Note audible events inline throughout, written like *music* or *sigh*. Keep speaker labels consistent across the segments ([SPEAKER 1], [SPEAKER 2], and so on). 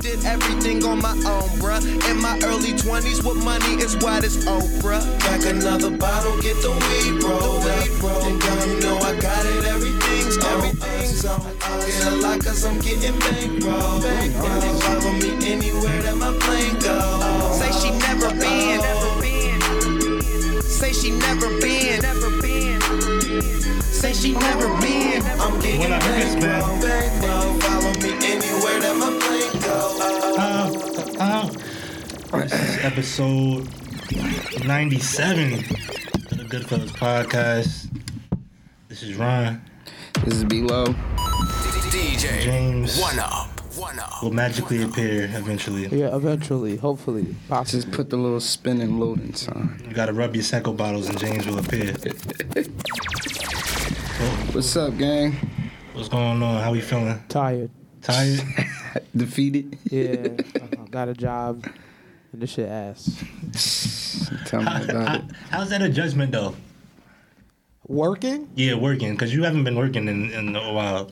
[SPEAKER 1] did everything on my own, bruh. In my early 20s with money as wide as Oprah. Back another bottle, get the weed rolled up. Then girl, you know I got it, everything's on. Everything's on. Get a lot cause I'm getting bankroll. And they follow me anywhere that my plane goes.
[SPEAKER 2] Say she never been. Say she never been. Say she never been.
[SPEAKER 1] I'm getting
[SPEAKER 3] When I heard this,
[SPEAKER 1] bankroll,
[SPEAKER 3] man.
[SPEAKER 1] bankroll. Follow me anywhere that my plane goes.
[SPEAKER 3] Uh, uh, this is episode 97 of the Goodfellas podcast. This is Ron
[SPEAKER 4] This is below.
[SPEAKER 5] DJ,
[SPEAKER 3] James.
[SPEAKER 5] one up, one up.
[SPEAKER 3] Will magically appear eventually.
[SPEAKER 6] Yeah, eventually, hopefully, possibly.
[SPEAKER 4] Just put the little spin and loading sign.
[SPEAKER 3] You gotta rub your Seco bottles and James will appear.
[SPEAKER 4] What's up, gang?
[SPEAKER 3] What's going on? How we feeling?
[SPEAKER 6] Tired.
[SPEAKER 3] Tired?
[SPEAKER 4] Defeated?
[SPEAKER 6] Yeah, *laughs* uh-huh. got a job, and this shit ass.
[SPEAKER 4] *laughs* Tell me about it.
[SPEAKER 3] How's that a judgment though?
[SPEAKER 6] Working,
[SPEAKER 3] Yeah, working, because you haven't been working in, in a while.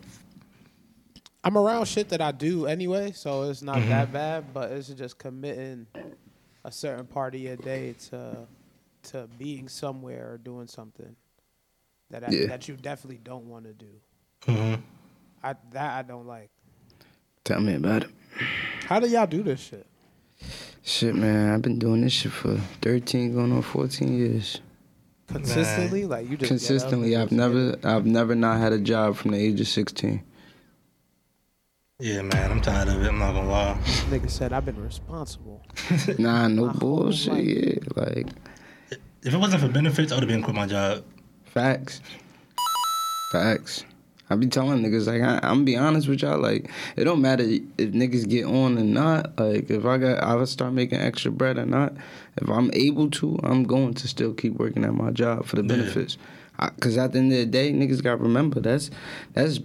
[SPEAKER 6] I'm around shit that I do anyway, so it's
[SPEAKER 4] Mm-hmm.
[SPEAKER 6] not that bad. But it's just committing a certain part of your day to to being somewhere or doing something that I,
[SPEAKER 4] Yeah.
[SPEAKER 6] that you definitely don't want to do.
[SPEAKER 3] Mhm.
[SPEAKER 6] I that I don't like.
[SPEAKER 4] Tell me about it.
[SPEAKER 6] How do y'all do this shit?
[SPEAKER 4] Shit, man, I've been doing this shit for 13, going on 14 years.
[SPEAKER 6] Consistently, like you just get up and
[SPEAKER 4] Consistently, I've
[SPEAKER 6] just get
[SPEAKER 4] never, I've never not had a job from the age of 16.
[SPEAKER 3] Yeah, man, I'm tired of it. I'm not gonna lie.
[SPEAKER 6] it. Nigga said I've been responsible.
[SPEAKER 4] Nah, no
[SPEAKER 6] My whole
[SPEAKER 4] bullshit.
[SPEAKER 6] life.
[SPEAKER 4] Yeah, like
[SPEAKER 3] If it wasn't for benefits, I would have been quit my job.
[SPEAKER 4] facts, facts. I be telling niggas like I, I'm be honest with y'all like it don't matter if niggas get on or not like if I got I would start making extra bread or not if I'm able to I'm going to still keep working at my job for the
[SPEAKER 3] Yeah.
[SPEAKER 4] benefits I, cause at the end of the day niggas got to remember that's that's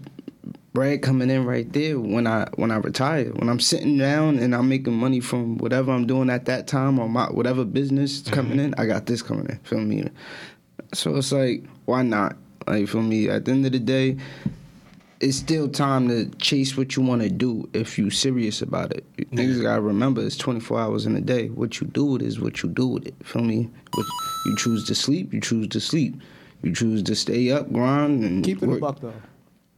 [SPEAKER 4] bread coming in right there when I when I retire. When I'm sitting down and I'm making money from whatever I'm doing at that time or my whatever business is
[SPEAKER 6] Mm-hmm.
[SPEAKER 4] coming in, I got this coming in. Feel me? So it's like, why not? Like for me, at the end of the day, it's still time to chase what you want to do if you serious about it. You Niggas gotta remember it's 24 hours in a day. What you do with it is what you do with it. Feel me? What, you choose to sleep, you choose to sleep. You choose to stay up, grind, and
[SPEAKER 6] Keep it a
[SPEAKER 4] work.
[SPEAKER 6] buck though.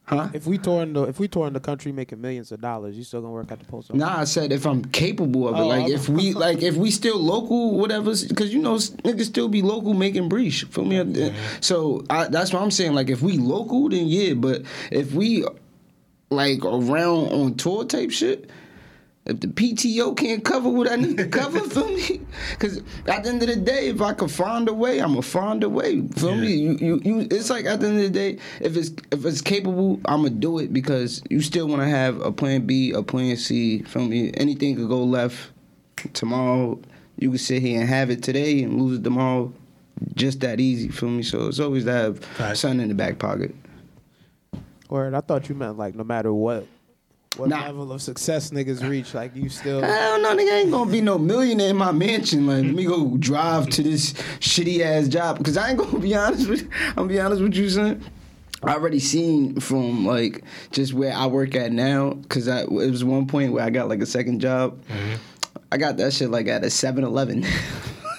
[SPEAKER 4] Huh?
[SPEAKER 6] If we touring the if we touring the country making millions of dollars, you still gonna work at the post office?
[SPEAKER 4] Nah, I said if I'm capable of it.
[SPEAKER 6] Oh,
[SPEAKER 4] like
[SPEAKER 6] I'm-
[SPEAKER 4] if we like if we still local, whatever's because you know s- niggas still be local making breach. Feel me? So I, that's what I'm saying. Like if we local, then yeah. But if we like around on tour type shit. If the PTO can't cover what I need to cover, feel me? Because at the end of the day, if I can find a way, I'ma find a way. Feel me? You, you, you. It's like at the end of the day, if it's if it's capable, I'ma do it because you still wanna have a plan B, a plan C. Feel me? Anything could go left tomorrow. You can sit here and have it today and lose it tomorrow. Just that easy. Feel me? So it's always that
[SPEAKER 3] Facts.
[SPEAKER 4] son in the back pocket.
[SPEAKER 6] Or I thought you meant like no matter what what
[SPEAKER 4] Nah.
[SPEAKER 6] level of success niggas reach, like you still
[SPEAKER 4] Hell no, Hmm. nigga ain't gonna be no millionaire in my mansion. Like, let me go drive to this shitty ass job. Cause I ain't gonna be honest with I'm gonna be honest with you, son. I already seen from like just where I work at now, cause I, it was one point where I got like a second job. I got that shit like at a 7 *laughs* Eleven.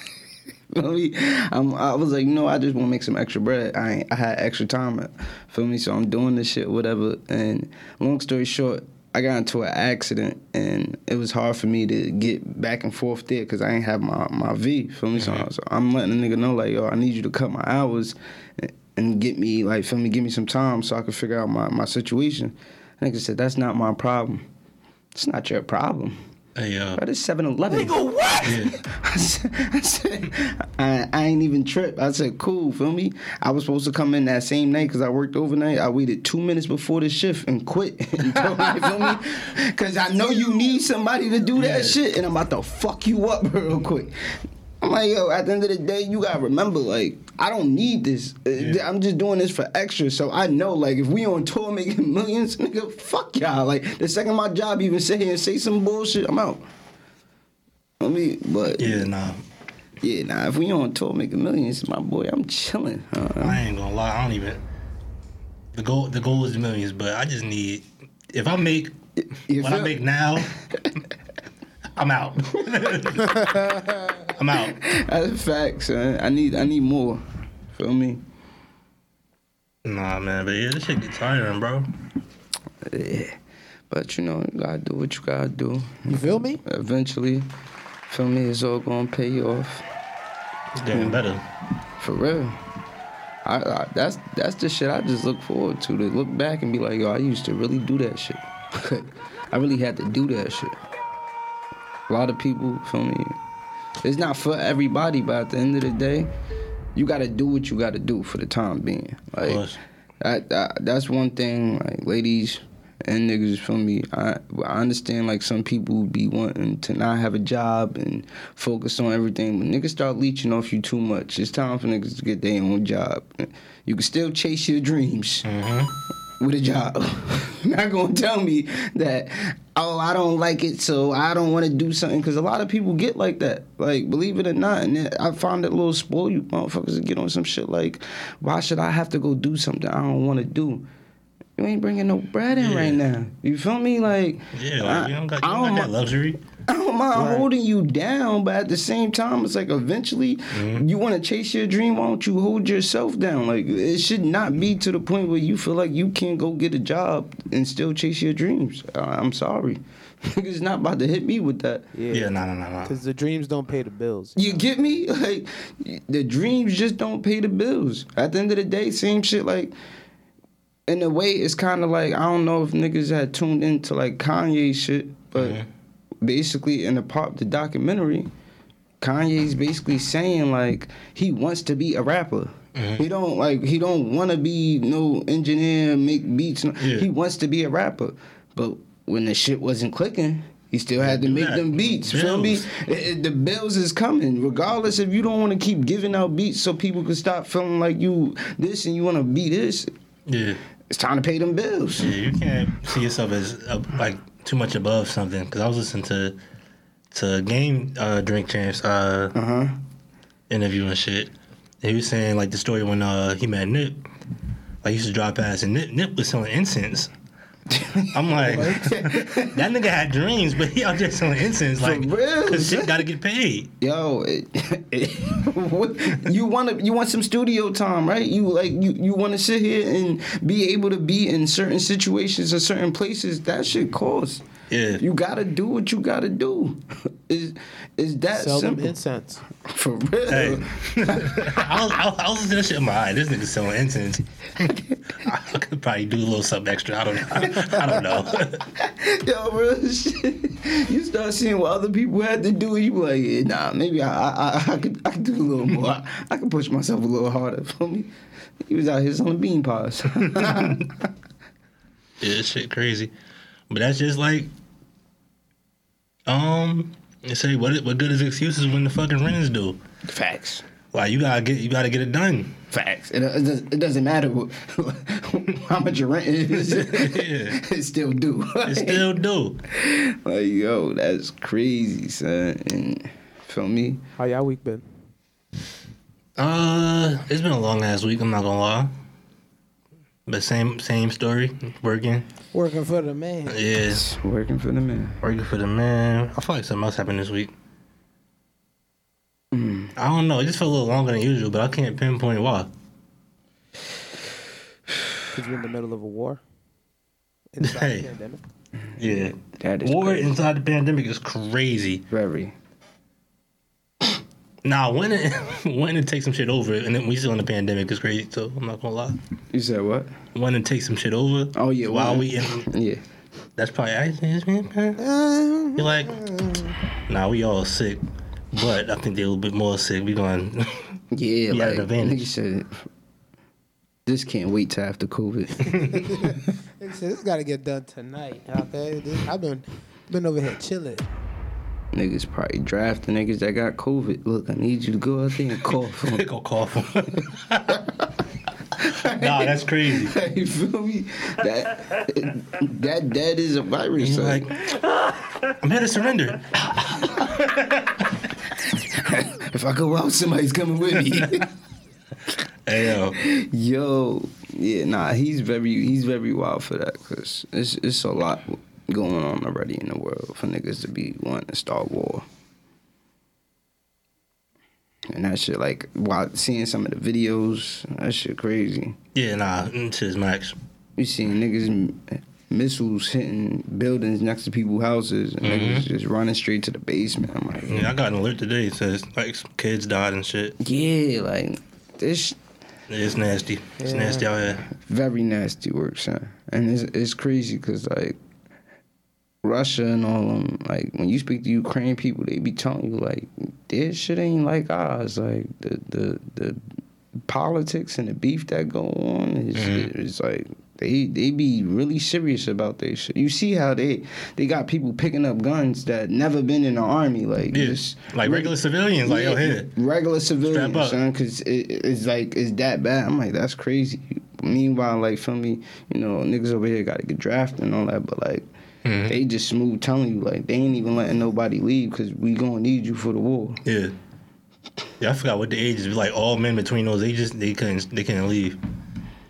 [SPEAKER 4] *laughs* Feel me? I'm, I was like, no, I just want to make some extra bread. I ain't, I had extra time. Feel me? So I'm doing this shit, whatever. And long story short, I got into an accident, and it was hard for me to get back and forth there because I ain't have my my V. Feel me? So, I- so I'm letting the nigga know like, yo, I need you to cut my hours and, and get me like, feel me? Give me some time so I can figure out my my situation. Nigga said, that's not my problem. It's not your problem.
[SPEAKER 3] Hey, uh,
[SPEAKER 4] That is 7 Eleven.
[SPEAKER 3] yeah.
[SPEAKER 4] *laughs* I said, I, said I, I ain't even trip. I said, cool, feel me? I was supposed to come in that same night because I worked overnight. I waited two minutes before the shift and quit. *laughs* You feel me? Feel me? Because I know you need somebody to do that
[SPEAKER 3] Yeah.
[SPEAKER 4] shit, and I'm about to fuck you up *laughs* real quick. I'm like, yo, at the end of the day, you gotta remember, like, I don't need this. Uh,
[SPEAKER 3] Yeah.
[SPEAKER 4] I'm just doing this for extra. So I know, like, if we on tour making *laughs* millions, nigga, fuck y'all. Like, the second my job even sit here and say some bullshit, I'm out. I mean, but
[SPEAKER 3] Yeah, nah.
[SPEAKER 4] yeah, nah. If we on tour making millions, my boy, I'm chilling. Uh,
[SPEAKER 3] I ain't gonna lie. I don't even. The goal, the goal is millions, but I just need. If I make
[SPEAKER 4] you
[SPEAKER 3] what I
[SPEAKER 4] feel-
[SPEAKER 3] make now, I'm out. I'm out.
[SPEAKER 4] *laughs* That's facts, son. I need I need more. Feel me?
[SPEAKER 3] Nah, man, but yeah, this shit get tiring, bro.
[SPEAKER 4] Yeah. But you know, you gotta do what you gotta do.
[SPEAKER 6] You feel me?
[SPEAKER 4] Eventually, feel me, it's all gonna pay off.
[SPEAKER 3] It's getting better.
[SPEAKER 4] For real. I, I that's that's the shit I just look forward to. To look back and be like, yo, I used to really do that shit. *laughs* I really had to do that shit. A lot of people, feel me? It's not for everybody, but at the end of the day, you gotta do what you gotta do for the time being. Like
[SPEAKER 3] Plus,
[SPEAKER 4] that, that that's one thing, like ladies and niggas, feel me. I I understand like some people be wanting to not have a job and focus on everything, but niggas start leeching off you too much. It's time for niggas to get their own job. You can still chase your dreams with a job. *laughs* Not gonna tell me that oh I don't like it, so I don't want to do something. Because a lot of people get like that. Like believe it or not, and it, I find it a little spoil you motherfuckers to get on some shit like, why should I have to go do something I don't want to do? You ain't bringing no bread in right
[SPEAKER 3] Yeah.
[SPEAKER 4] now. You feel me? Like
[SPEAKER 3] yeah, like, you don't got, you
[SPEAKER 4] I
[SPEAKER 3] don't got
[SPEAKER 4] don't
[SPEAKER 3] that luxury.
[SPEAKER 4] I don't mind holding you down, but at the same time, it's like eventually you want to chase your dream. Why don't you hold yourself down? Like it should not be to the point where you feel like you can't go get a job and still chase your dreams. Uh, I'm sorry, *laughs* it's not about to hit me with that.
[SPEAKER 3] Yeah, nah, nah, nah, nah.
[SPEAKER 6] Because the dreams don't pay the bills.
[SPEAKER 4] You get me? *laughs* Like the dreams just don't pay the bills. At the end of the day, same shit. Like in a way, it's kind of like I don't know if niggas had tuned into like Kanye shit, but basically in the pop the documentary, Kanye's basically saying like he wants to be a rapper. He don't like he don't want to be no engineer, make beats. no-
[SPEAKER 3] Yeah.
[SPEAKER 4] He wants to be a rapper, but when the shit wasn't clicking, he still had to
[SPEAKER 3] Do
[SPEAKER 4] make
[SPEAKER 3] that.
[SPEAKER 4] them beats. Feel me?
[SPEAKER 3] Bills.
[SPEAKER 4] It- it- the bills is coming, regardless if you don't want to keep giving out beats so people can stop feeling like you this and you want to be this.
[SPEAKER 3] Yeah.
[SPEAKER 4] It's time to pay them bills.
[SPEAKER 3] Yeah, you can't see yourself as uh, like too much above something. Because I was listening to to game uh, drink champs uh, interview and shit. And he was saying like the story when uh, he met Nip. Like he used to drive past and Nip, Nip was selling incense. I'm like, *laughs* that nigga had dreams, but he out there selling incense. Like,
[SPEAKER 4] real,
[SPEAKER 3] cause shit
[SPEAKER 4] son.
[SPEAKER 3] gotta get paid.
[SPEAKER 4] Yo, it, *laughs* it, what, you want to you want some studio time, right? You like you, you want to sit here and be able to be in certain situations or certain places. That shit costs.
[SPEAKER 3] Yeah.
[SPEAKER 4] You gotta do what you gotta do. *laughs* Is is that
[SPEAKER 6] Sell them
[SPEAKER 4] simple?
[SPEAKER 6] incense.
[SPEAKER 4] *laughs* For real.
[SPEAKER 3] Hey, *laughs* I was, I was, I was listening to that shit. I'm like, all right, this nigga selling incense. I could probably do a little something extra. I don't, I don't know. *laughs*
[SPEAKER 4] Yo, real *laughs* shit. You start seeing what other people had to do, and you be like, yeah, nah, maybe I, I, I, I could, I could do a little more. I, I could push myself a little harder. *laughs* Feel me? He was out here selling bean pies.
[SPEAKER 3] Yeah, that shit crazy. But that's just like, um, they say what what good is excuses when the fucking rent is due?
[SPEAKER 4] *laughs* Facts.
[SPEAKER 3] Like you gotta get you gotta get it done.
[SPEAKER 4] Facts. It, it, does- it doesn't matter what, *laughs* how much your rent is. *laughs* It still do.
[SPEAKER 3] It's still due.
[SPEAKER 4] *laughs* like, yo, that's crazy, son. And feel me?
[SPEAKER 6] How y'all week been?
[SPEAKER 3] Uh, it's been a long ass week. I'm not gonna lie. But same same story. Working.
[SPEAKER 6] Working for the man.
[SPEAKER 3] Yeah,
[SPEAKER 4] It's working for the man.
[SPEAKER 3] working for the man. I feel like something else happened this week.
[SPEAKER 4] Hmm.
[SPEAKER 3] I don't know. It just felt a little longer than usual, but I can't pinpoint why.
[SPEAKER 6] Cause you're in the middle of
[SPEAKER 3] *laughs*
[SPEAKER 6] a war. Inside
[SPEAKER 3] Hey.
[SPEAKER 6] the pandemic.
[SPEAKER 3] Yeah,
[SPEAKER 4] That is
[SPEAKER 3] war
[SPEAKER 4] crazy.
[SPEAKER 3] inside the pandemic is crazy.
[SPEAKER 4] Very.
[SPEAKER 3] Nah, when it *laughs* when it takes some shit over, and then we still in the pandemic is crazy. So I'm not gonna lie.
[SPEAKER 4] You said what?
[SPEAKER 3] When it takes some shit over.
[SPEAKER 4] Oh, yeah,
[SPEAKER 3] While
[SPEAKER 4] when-
[SPEAKER 3] we in,
[SPEAKER 4] Yeah.
[SPEAKER 3] that's probably I think it's-
[SPEAKER 6] Um,
[SPEAKER 3] You're like, nah, we all sick, but I think they're a little bit more sick. We going,
[SPEAKER 4] Yeah,
[SPEAKER 3] You had
[SPEAKER 4] like
[SPEAKER 3] an advantage.
[SPEAKER 4] nigga said, this can't wait till after COVID.
[SPEAKER 6] *laughs* This, this got to get done tonight. Okay, This- I've been been over here chilling.
[SPEAKER 4] niggas probably draft the niggas that got COVID. Look, I need you to go out there and
[SPEAKER 3] *laughs*
[SPEAKER 4] cough.
[SPEAKER 3] they *laughs*
[SPEAKER 4] On. *laughs*
[SPEAKER 3] gonna call for. nah, that's crazy.
[SPEAKER 4] you feel me? That that that is a virus.
[SPEAKER 3] You're
[SPEAKER 4] son.
[SPEAKER 3] like, "Ah, I'm here to surrender.
[SPEAKER 4] if I go out, somebody's coming with me.
[SPEAKER 3] Hey yo,
[SPEAKER 4] Yo, yeah, nah, he's very he's very wild for that because it's it's a lot going on already in the world for niggas to be wanting to start war. And that shit, like, while seeing some of the videos, that shit crazy.
[SPEAKER 3] Yeah, nah, mm, shit is max.
[SPEAKER 4] You seeing niggas m- missiles hitting buildings next to people's houses, and niggas just running straight to the basement. I'm like,
[SPEAKER 3] Yeah, I got an alert today. It says like some kids died and shit.
[SPEAKER 4] yeah, like this
[SPEAKER 3] It's nasty. It's
[SPEAKER 6] Yeah.
[SPEAKER 3] nasty out here.
[SPEAKER 4] very nasty work, son. And it's it's crazy because like Russia and all them, like when you speak to Ukraine people, they be telling you like this shit ain't like ours. Like the the the politics and the beef that go on is it's like. They, they be really serious about their shit. You see how they they got people picking up guns that never been in the army like
[SPEAKER 3] Yeah,
[SPEAKER 4] just
[SPEAKER 3] like regular civilians. Like, yo,
[SPEAKER 4] yeah,
[SPEAKER 3] here.
[SPEAKER 4] Regular civilians,
[SPEAKER 3] up.
[SPEAKER 4] son, because it, it's like, it's that bad. I'm like, that's crazy. Meanwhile, like, feel me, you know, niggas over here got to get drafted and all that, but like,
[SPEAKER 3] Mm-hmm.
[SPEAKER 4] they just smooth telling you, like, they ain't even letting nobody leave because we going to need you for the war.
[SPEAKER 3] Yeah. Yeah, I forgot what the ages. Like all men between those ages, they couldn't they couldn't leave.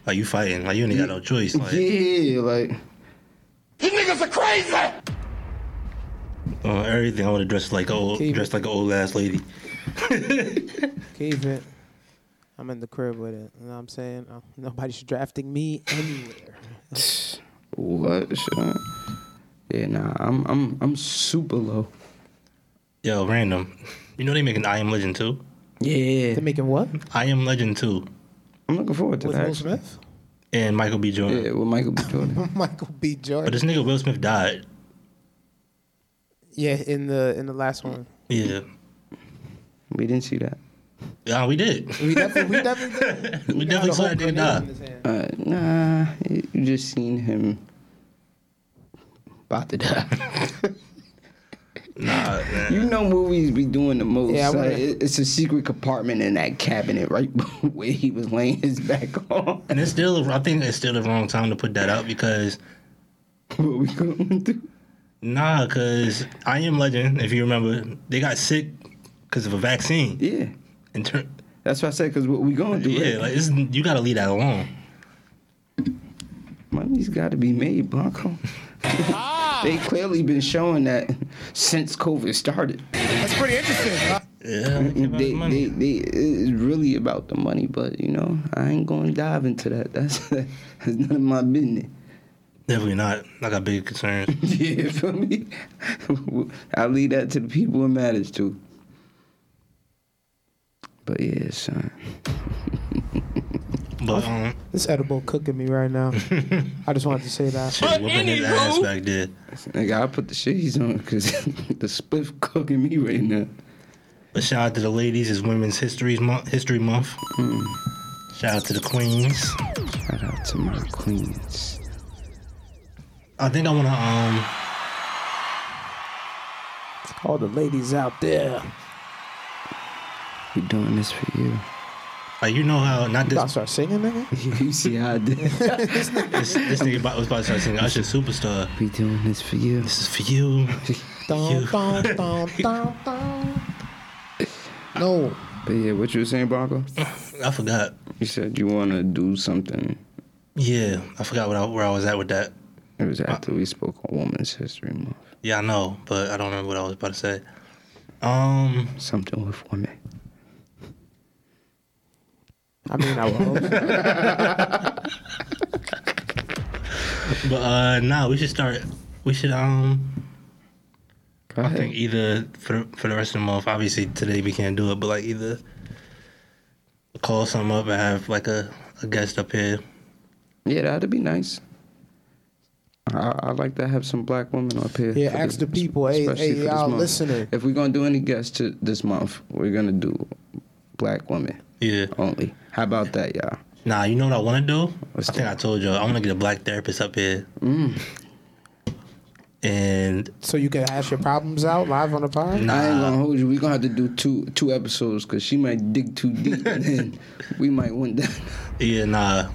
[SPEAKER 3] Like you fighting, like you ain't got no choice. Like,
[SPEAKER 4] *laughs* yeah, like,
[SPEAKER 3] uh, everything I would have dressed like a old,
[SPEAKER 6] Keep it.
[SPEAKER 3] dressed like an old ass lady.
[SPEAKER 6] Keep it. I'm in the crib with it. You know what I'm saying? Uh, Nobody's drafting me anywhere.
[SPEAKER 4] what, son? Yeah, nah, I'm, I'm, I'm super low.
[SPEAKER 3] Yo, random. You know they making I Am Legend too.
[SPEAKER 4] Yeah.
[SPEAKER 6] They're making what?
[SPEAKER 3] I Am Legend too,
[SPEAKER 4] I'm looking forward to
[SPEAKER 6] With
[SPEAKER 4] that.
[SPEAKER 6] Will
[SPEAKER 4] actually.
[SPEAKER 6] Smith?
[SPEAKER 3] and Michael B. Jordan.
[SPEAKER 4] Yeah, with Michael B. Jordan.
[SPEAKER 6] *laughs* Michael B.
[SPEAKER 3] But
[SPEAKER 6] Jordan.
[SPEAKER 3] this nigga Will Smith died.
[SPEAKER 6] Yeah, in the in the last one.
[SPEAKER 3] Yeah.
[SPEAKER 4] we didn't see that.
[SPEAKER 3] Yeah, we did.
[SPEAKER 6] We definitely, we definitely
[SPEAKER 3] *laughs*
[SPEAKER 6] did.
[SPEAKER 3] We
[SPEAKER 6] He had
[SPEAKER 3] definitely
[SPEAKER 6] a
[SPEAKER 3] saw
[SPEAKER 6] whole
[SPEAKER 3] that nigga
[SPEAKER 6] grenade
[SPEAKER 3] die.
[SPEAKER 6] in his hand.
[SPEAKER 4] Uh, nah, you just seen him about to die.
[SPEAKER 3] Nah, man.
[SPEAKER 4] *laughs* you know movies be doing the most.
[SPEAKER 6] Yeah, I
[SPEAKER 4] Yeah,
[SPEAKER 6] wanna-
[SPEAKER 4] it's a secret compartment in that cabinet right *laughs* where he was laying his back on.
[SPEAKER 3] And it's still, I think it's still the wrong time to put that out because
[SPEAKER 4] what we gonna do?
[SPEAKER 3] Nah, cause I Am Legend, if you remember, they got sick because of a vaccine.
[SPEAKER 4] Yeah,
[SPEAKER 3] And turn,
[SPEAKER 4] that's what I said. Cause what we gonna do?
[SPEAKER 3] yeah, like it's, you gotta leave that alone.
[SPEAKER 4] money's got to be
[SPEAKER 3] *laughs*
[SPEAKER 4] made, Blanco.
[SPEAKER 3] Ah!
[SPEAKER 4] they clearly been showing that since COVID started.
[SPEAKER 6] That's pretty interesting. huh?
[SPEAKER 3] Yeah, they,
[SPEAKER 4] They, they, they, it's really about the money, but you know, I ain't gonna dive into that. That's *laughs* that's none of my business. *laughs*
[SPEAKER 3] definitely not. I got big concerns.
[SPEAKER 4] Yeah, feel me? *laughs* I leave that to the people it matters to. But yeah, son.
[SPEAKER 3] But um,
[SPEAKER 6] This edible cooking me right now. I just wanted to say that.
[SPEAKER 3] shit, whooping his ass back there.
[SPEAKER 4] Nigga, I put the shades on because *laughs* the spliff cooking me right now.
[SPEAKER 3] But shout out to the ladies. It's Women's History Month. History Month. Shout out to the queens.
[SPEAKER 4] Shout out to my queens.
[SPEAKER 3] I think I wanna um.
[SPEAKER 6] All the ladies out there.
[SPEAKER 4] We doing this for you. *laughs*
[SPEAKER 3] Like you know how not
[SPEAKER 6] You about to
[SPEAKER 3] this
[SPEAKER 6] start
[SPEAKER 3] *laughs*
[SPEAKER 6] singing, nigga?
[SPEAKER 4] you see how I did?
[SPEAKER 3] this, this nigga about- was about to start singing Usher superstar.
[SPEAKER 4] we doing this for you.
[SPEAKER 3] This is for you.
[SPEAKER 6] Dun, dun, dun,
[SPEAKER 3] *laughs*
[SPEAKER 6] dun, dun. No.
[SPEAKER 4] But yeah, what you were saying, Bronco?
[SPEAKER 3] I forgot.
[SPEAKER 4] You said you want to do something.
[SPEAKER 3] Yeah, I forgot what I, where I was at with that.
[SPEAKER 4] It was after we spoke on Women's History Month.
[SPEAKER 3] Yeah, I know, but I don't remember what I was about to say. Um,
[SPEAKER 4] Something with women.
[SPEAKER 6] I mean, I would hope so.
[SPEAKER 3] but uh, nah, we should start. We should um,
[SPEAKER 4] Go
[SPEAKER 3] I
[SPEAKER 4] ahead.
[SPEAKER 3] think either for the, for the rest of the month. Obviously, today we can't do it, but like either call some up and have like a, a guest up here.
[SPEAKER 4] Yeah, that'd be nice. I, I'd like to have some black women up here.
[SPEAKER 6] Yeah,
[SPEAKER 4] for
[SPEAKER 6] ask
[SPEAKER 4] this-
[SPEAKER 6] the people, hey-
[SPEAKER 4] especially
[SPEAKER 6] hey,
[SPEAKER 4] for this
[SPEAKER 6] y'all
[SPEAKER 4] month.
[SPEAKER 6] listening.
[SPEAKER 4] If we're gonna do any guests to this month, we're gonna do black women
[SPEAKER 3] Yeah.
[SPEAKER 4] only. How about that, y'all?
[SPEAKER 3] Nah, you know what I want to do?
[SPEAKER 4] What's
[SPEAKER 3] I think
[SPEAKER 4] that?
[SPEAKER 3] I told you I want to get a black therapist up here.
[SPEAKER 4] Mm.
[SPEAKER 3] And
[SPEAKER 6] So you can hash your problems out live on the pod?
[SPEAKER 4] I ain't
[SPEAKER 3] Nah.
[SPEAKER 4] gonna hold you. We're gonna have to do two two episodes because she might dig too deep, and then we might win that.
[SPEAKER 3] yeah, nah, uh,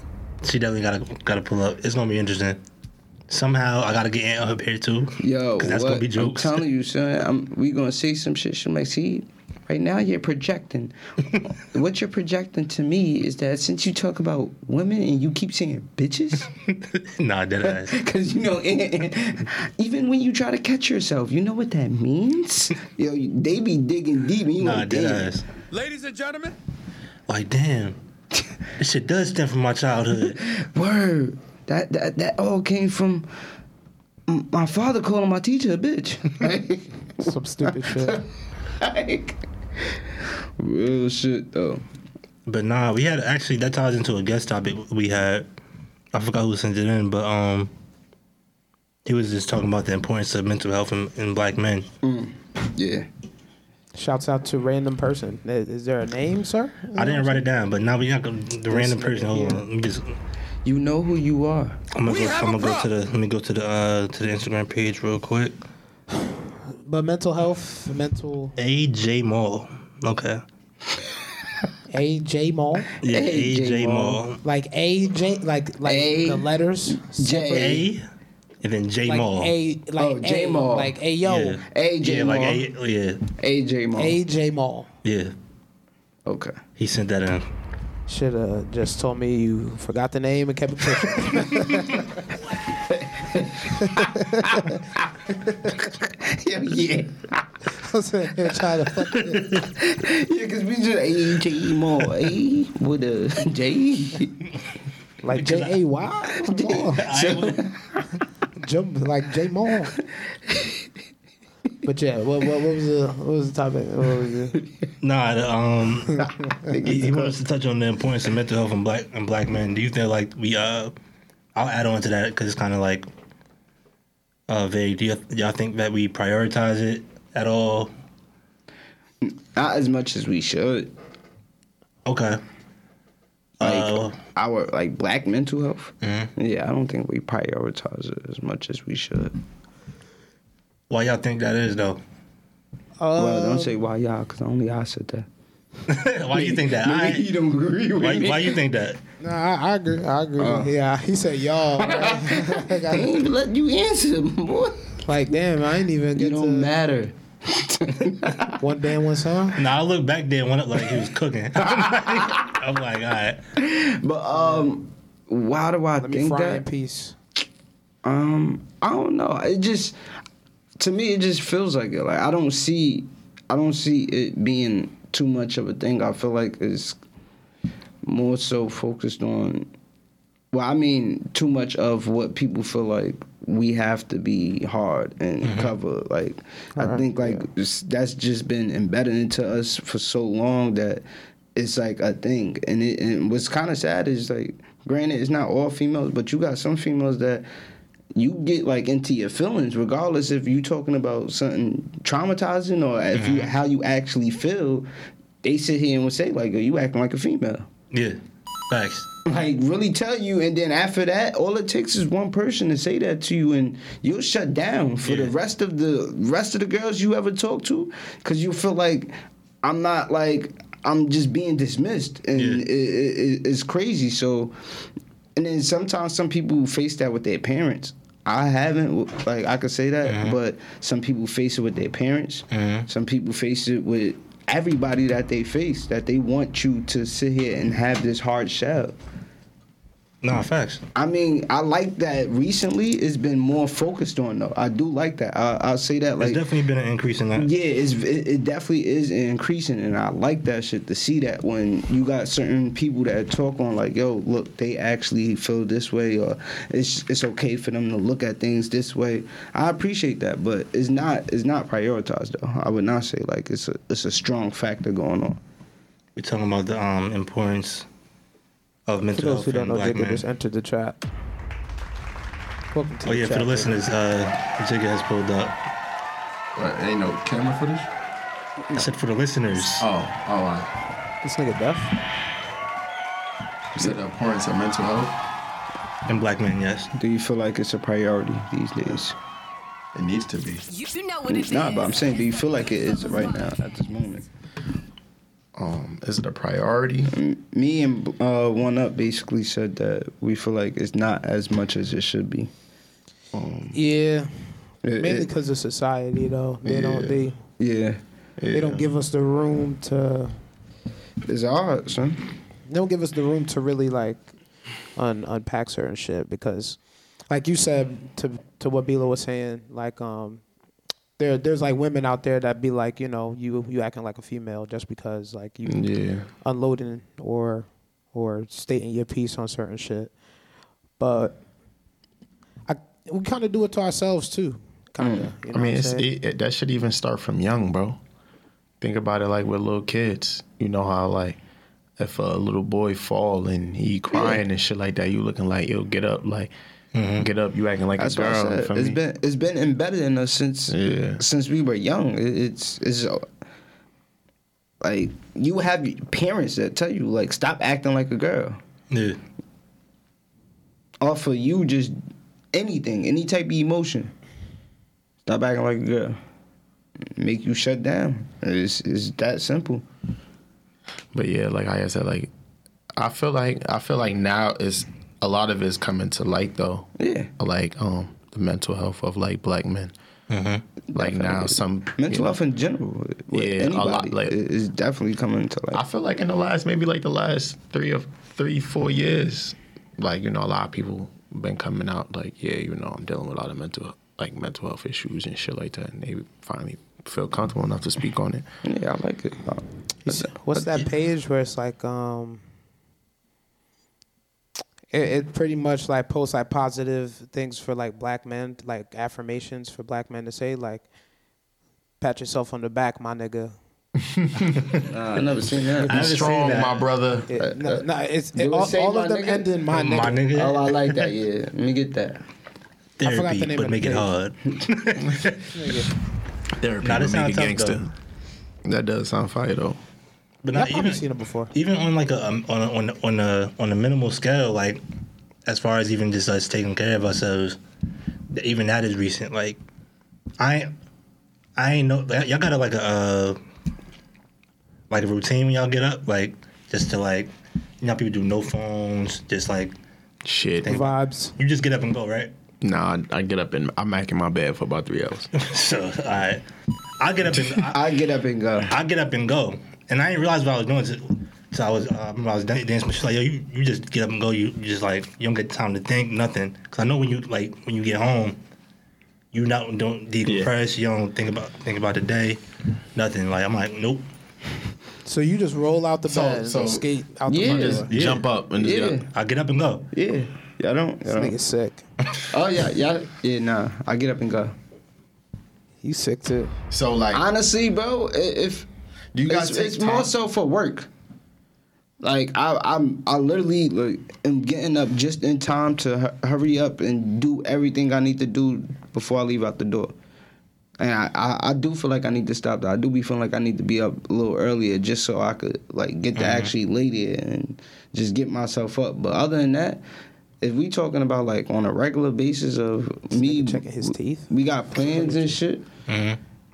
[SPEAKER 3] she definitely gotta gotta pull up. It's gonna be interesting. Somehow I gotta get Aunt up here too.
[SPEAKER 4] Yo,
[SPEAKER 3] 'Cause that's
[SPEAKER 4] what?
[SPEAKER 3] gonna be *laughs*
[SPEAKER 4] I'm
[SPEAKER 3] jokes.
[SPEAKER 4] telling you, son. I'm, we gonna say some shit. She might see. Right now,
[SPEAKER 3] *laughs*
[SPEAKER 4] you're projecting. what you're projecting to me is that since you talk about women and you keep saying bitches, *laughs*
[SPEAKER 3] nah, dead ass.
[SPEAKER 4] because you know, even when you try to catch yourself, you know what that means. Yo, you- they be digging deep. And you
[SPEAKER 3] Nah,
[SPEAKER 4] like,
[SPEAKER 3] dead
[SPEAKER 4] damn.
[SPEAKER 3] ass.
[SPEAKER 5] Ladies and gentlemen,
[SPEAKER 3] Like, damn. This shit does stem from my childhood.
[SPEAKER 4] Word. That that that all came from m- my father calling my teacher a bitch. *laughs* Like,
[SPEAKER 6] Some stupid shit.
[SPEAKER 4] like, real shit though.
[SPEAKER 3] But nah, we had actually that ties into a guest topic we had. I forgot who sent it in, but um, he was just talking about the importance of mental health in, in black men.
[SPEAKER 4] Yeah.
[SPEAKER 6] Shouts out to random person. Is, is there a name, sir?
[SPEAKER 3] I didn't write it down, but now we not gonna, the random person. Hold on, let me just.
[SPEAKER 4] You know who you are.
[SPEAKER 3] I'm gonna, go, I'm gonna go to the. Let me go to the uh to the Instagram page real quick.
[SPEAKER 6] But mental health, mental
[SPEAKER 3] AJ Mall. Okay.
[SPEAKER 6] AJ Mall,
[SPEAKER 3] Yeah,
[SPEAKER 4] AJ
[SPEAKER 3] AJ
[SPEAKER 4] Mall.
[SPEAKER 3] Mall.
[SPEAKER 6] like AJ, like like
[SPEAKER 4] A-
[SPEAKER 6] the letters, separate,
[SPEAKER 3] A, and then J
[SPEAKER 6] like
[SPEAKER 3] Mall.
[SPEAKER 6] A, like
[SPEAKER 4] Oh, J Mall.
[SPEAKER 6] like A yo,
[SPEAKER 3] yeah.
[SPEAKER 4] AJ
[SPEAKER 3] yeah, like
[SPEAKER 4] Mall.
[SPEAKER 3] A, oh, yeah,
[SPEAKER 4] AJ Mall.
[SPEAKER 6] AJ Mall.
[SPEAKER 3] yeah.
[SPEAKER 4] okay.
[SPEAKER 3] He sent that in.
[SPEAKER 6] Should have just told me you forgot the name and kept it *laughs* pushing.
[SPEAKER 4] *laughs* yeah, yeah.
[SPEAKER 6] I was sitting here trying to *laughs* fucking
[SPEAKER 4] Yeah, cause we just AJ Mall. A with a J.
[SPEAKER 6] like J A Y, Come on.
[SPEAKER 4] *laughs*
[SPEAKER 6] jump like J Mall. But yeah, what, what what was the what was the topic? What was it?
[SPEAKER 3] *laughs* Nah, the, um, he, he wants to touch on the importance of mental health and black and black men. Do you think like we uh, I'll add on to that because it's kind of like uh vague. Do you, y'all think that we prioritize it at all?
[SPEAKER 4] Not as much as we should.
[SPEAKER 3] Okay.
[SPEAKER 4] Like
[SPEAKER 3] Uh,
[SPEAKER 4] our like black mental health.
[SPEAKER 3] Mm-hmm.
[SPEAKER 4] Yeah, I don't think we prioritize it as much as we should.
[SPEAKER 3] why y'all think that is though?
[SPEAKER 6] Uh,
[SPEAKER 4] well, don't say why y'all, cause only I said
[SPEAKER 3] *laughs*
[SPEAKER 4] that.
[SPEAKER 3] why you think that?
[SPEAKER 4] Maybe he
[SPEAKER 3] I,
[SPEAKER 4] don't agree with
[SPEAKER 3] why,
[SPEAKER 4] me.
[SPEAKER 3] why
[SPEAKER 4] *laughs*
[SPEAKER 3] you think that?
[SPEAKER 6] No, I, I agree. I agree.
[SPEAKER 4] Uh.
[SPEAKER 6] yeah, he said y'all.
[SPEAKER 4] I
[SPEAKER 6] right?
[SPEAKER 4] ain't even let you answer, boy.
[SPEAKER 6] like damn, I ain't even
[SPEAKER 4] You
[SPEAKER 6] get to
[SPEAKER 3] *laughs*
[SPEAKER 4] don't matter. *laughs*
[SPEAKER 6] one damn one song.
[SPEAKER 3] Nah, I look back there and went up like he was cooking. *laughs* I'm like, I'm like, all right.
[SPEAKER 4] But um, why do I
[SPEAKER 6] Let me
[SPEAKER 4] think
[SPEAKER 6] fry in
[SPEAKER 4] that?
[SPEAKER 6] peace.
[SPEAKER 4] Um, I don't know. It just to me, it just feels like it. Like I don't see, I don't see it being too much of a thing. I feel like it's more so focused on. Well, I mean, too much of what people feel like we have to be hard and cover. Like I think, like it's- that's just been embedded into us for so long that it's like a thing. And it, and what's kind of sad is like, granted, it's not all females, but you got some females that you get like into your feelings regardless if you talking about something traumatizing or if you how you actually feel they sit here and will say like "Yo, you acting like a female
[SPEAKER 3] Yeah, facts.
[SPEAKER 4] *laughs* like really tell you and then after that all it takes is one person to say that to you and you'll shut down for the
[SPEAKER 3] Yeah.
[SPEAKER 4] rest of the rest of the girls you ever talk to because you feel like i'm not like i'm just being dismissed and
[SPEAKER 3] Yeah.
[SPEAKER 4] it, it, it- it's crazy so and then sometimes some people face that with their parents I haven't like I could say that,
[SPEAKER 3] Uh-huh.
[SPEAKER 4] but some people face it with their parents. Some people face it with everybody that they face that they want you to sit here and have this hard shell.
[SPEAKER 3] Nah, facts.
[SPEAKER 4] I mean, I like that recently. It's been more focused on though. I do like that. I, I'll say that
[SPEAKER 3] There's
[SPEAKER 4] like.
[SPEAKER 3] definitely been an increase in that.
[SPEAKER 4] Yeah, it's, it, it definitely is increasing, and I like that shit to see that when you got certain people that talk on like, yo, look, they actually feel this way, or it's it's okay for them to look at things this way. I appreciate that, but it's not it's not prioritized though. I would not say like it's a it's a strong factor going on.
[SPEAKER 3] We're talking about the um, importance of
[SPEAKER 6] For
[SPEAKER 3] mental
[SPEAKER 6] those
[SPEAKER 3] health
[SPEAKER 6] who don't
[SPEAKER 3] in
[SPEAKER 6] know,
[SPEAKER 3] black
[SPEAKER 6] Jacob
[SPEAKER 3] men.
[SPEAKER 6] just entered the trap. Welcome to
[SPEAKER 3] Oh
[SPEAKER 6] the
[SPEAKER 3] yeah, for
[SPEAKER 6] trap,
[SPEAKER 3] the
[SPEAKER 6] Jacob.
[SPEAKER 3] listeners, uh, Jacob has pulled up.
[SPEAKER 7] What, ain't no camera footage?
[SPEAKER 3] I said for the listeners.
[SPEAKER 7] Oh, oh, I
[SPEAKER 6] This nigga deaf.
[SPEAKER 7] you said the importance of mental health.
[SPEAKER 3] And black men, yes.
[SPEAKER 4] Do you feel like it's a priority these days?
[SPEAKER 7] It needs to be.
[SPEAKER 8] You know what it is.
[SPEAKER 4] Nah, but I'm saying, do you feel like it is right now at this moment?
[SPEAKER 7] Um, is it a priority?
[SPEAKER 4] Me and uh, One Up basically said that we feel like it's not as much as it should be. It-
[SPEAKER 6] Yeah,
[SPEAKER 7] Um,
[SPEAKER 6] mainly
[SPEAKER 4] it-
[SPEAKER 6] because of society though. They don't. They
[SPEAKER 4] yeah,
[SPEAKER 6] They don't give us the room to.
[SPEAKER 4] It's hard, son.
[SPEAKER 6] They don't give us the room to really like un- unpack certain shit because, like you said to to what Bila was saying, like um, there there's like women out there that be like you know you you acting like a female just because like you
[SPEAKER 7] Yeah.
[SPEAKER 6] unloading or or stating your piece on certain shit. But I we kind of do it to ourselves too. Kind of. You know
[SPEAKER 7] I mean,
[SPEAKER 6] what
[SPEAKER 7] it's,
[SPEAKER 6] I'm saying?
[SPEAKER 7] it, it- that should even start from young, bro. Think about it like with little kids. You know how like if a little boy fall and he crying and shit like that, you looking like yo, get up, like get up. You acting like
[SPEAKER 4] That's
[SPEAKER 7] a
[SPEAKER 4] what
[SPEAKER 7] girl.
[SPEAKER 4] I
[SPEAKER 7] you
[SPEAKER 4] said.
[SPEAKER 7] feel
[SPEAKER 4] It's
[SPEAKER 7] me?
[SPEAKER 4] been it's been embedded in us since
[SPEAKER 7] Yeah.
[SPEAKER 4] since we were young. It, it's it's uh, like you have parents that tell you like stop acting like a girl.
[SPEAKER 3] Yeah.
[SPEAKER 4] Offer you just anything, any type of emotion. Stop acting like a girl. Make you shut down. It's it's that simple.
[SPEAKER 7] But yeah, like I said, like I feel like I feel like now is a lot of it's coming to light though.
[SPEAKER 4] Yeah.
[SPEAKER 7] Like um the mental health of like black men.
[SPEAKER 3] Mm-hmm.
[SPEAKER 7] Like now some
[SPEAKER 4] Mental
[SPEAKER 7] you know,
[SPEAKER 4] health in general. With
[SPEAKER 7] Yeah, a
[SPEAKER 4] anybody,
[SPEAKER 7] lot, like-
[SPEAKER 4] i- is definitely coming to
[SPEAKER 7] I
[SPEAKER 4] like
[SPEAKER 7] feel like in the last maybe like the last three or three four years, like you know a lot of people been coming out like yeah you know I'm dealing with a lot of mental like mental health issues and shit like that, and they finally feel comfortable enough to speak on it.
[SPEAKER 4] yeah, I like it. Uh,
[SPEAKER 6] You see- What's that page where it's like um it, it pretty much like posts like positive things for like black men, like affirmations for black men to say like pat yourself on the back, my nigga.
[SPEAKER 4] nah, I never seen that.
[SPEAKER 3] I haven't seen
[SPEAKER 7] Strong,
[SPEAKER 3] that.
[SPEAKER 7] my brother.
[SPEAKER 6] It- no, no, it's it,
[SPEAKER 4] you would
[SPEAKER 6] all,
[SPEAKER 4] say
[SPEAKER 6] all
[SPEAKER 4] my
[SPEAKER 6] of them
[SPEAKER 4] nigga?
[SPEAKER 6] end in my nigga.
[SPEAKER 3] My nigga.
[SPEAKER 4] *laughs* Oh, I like that. Yeah, let me get that.
[SPEAKER 3] Therapy,
[SPEAKER 6] forgot the name
[SPEAKER 3] but
[SPEAKER 6] of
[SPEAKER 3] make
[SPEAKER 6] the
[SPEAKER 3] it
[SPEAKER 6] page.
[SPEAKER 3] hard.
[SPEAKER 6] Nigga.
[SPEAKER 7] Therapy
[SPEAKER 3] Nah, that
[SPEAKER 7] would
[SPEAKER 3] sounds
[SPEAKER 7] make a
[SPEAKER 3] tough,
[SPEAKER 7] gangster. That does sound fire though.
[SPEAKER 3] But
[SPEAKER 6] I've
[SPEAKER 3] not
[SPEAKER 6] probably
[SPEAKER 3] even
[SPEAKER 6] seen it before.
[SPEAKER 3] even on like a um, on a, on a, on a on a minimal scale, like as far as even just us taking care of ourselves, th- even that is recent. Like I I ain't know y- y'all got a like a uh, like a routine when y'all get up, like just to like you know how people do no phones, just like
[SPEAKER 7] Shit.
[SPEAKER 6] Vibes.
[SPEAKER 3] you just get up and go, right? *laughs*
[SPEAKER 7] Nah, I- I get up and I'm back in my bed for about three hours.
[SPEAKER 3] So all right, I get up and I,
[SPEAKER 4] I get up and go.
[SPEAKER 3] I get up and go, and I didn't realize what I was doing. till- till I was, uh, I remember I was dan- dancing. She's like, "Yo, you, you just get up and go. You you just like you don't get time to think nothing." Because I know when you like when you get home, you not don't decompress. You don't think about think about the day, nothing. Like I'm like, nope.
[SPEAKER 6] So you just roll out the
[SPEAKER 7] So-
[SPEAKER 6] bed, and
[SPEAKER 7] so-
[SPEAKER 6] skate out
[SPEAKER 4] Yeah.
[SPEAKER 6] the
[SPEAKER 7] Just
[SPEAKER 6] front door.
[SPEAKER 3] Yeah.
[SPEAKER 7] jump up and just
[SPEAKER 4] Yeah.
[SPEAKER 7] get up.
[SPEAKER 3] I get up and go.
[SPEAKER 4] Yeah, y'all don't. Y'all
[SPEAKER 6] This
[SPEAKER 4] don't.
[SPEAKER 6] nigga sick.
[SPEAKER 4] Oh yeah, yeah, yeah. Nah, I get up and go.
[SPEAKER 6] You sick too.
[SPEAKER 7] So like,
[SPEAKER 4] Honestly, bro, i- if
[SPEAKER 7] do you guys
[SPEAKER 4] it's,
[SPEAKER 7] take
[SPEAKER 4] it's more
[SPEAKER 7] time-
[SPEAKER 4] so for work. Like I, I'm, I literally like, am getting up just in time to hu- hurry up and do everything I need to do before I leave out the door. And I, I, I do feel like I need to stop that. I do be feeling like I need to be up a little earlier just so I could like get to
[SPEAKER 7] Mm-hmm.
[SPEAKER 4] actually lay there and just get myself up. But other than that, if we talking about like on a regular basis of me
[SPEAKER 6] nigga checking his teeth.
[SPEAKER 4] we got plans and shit.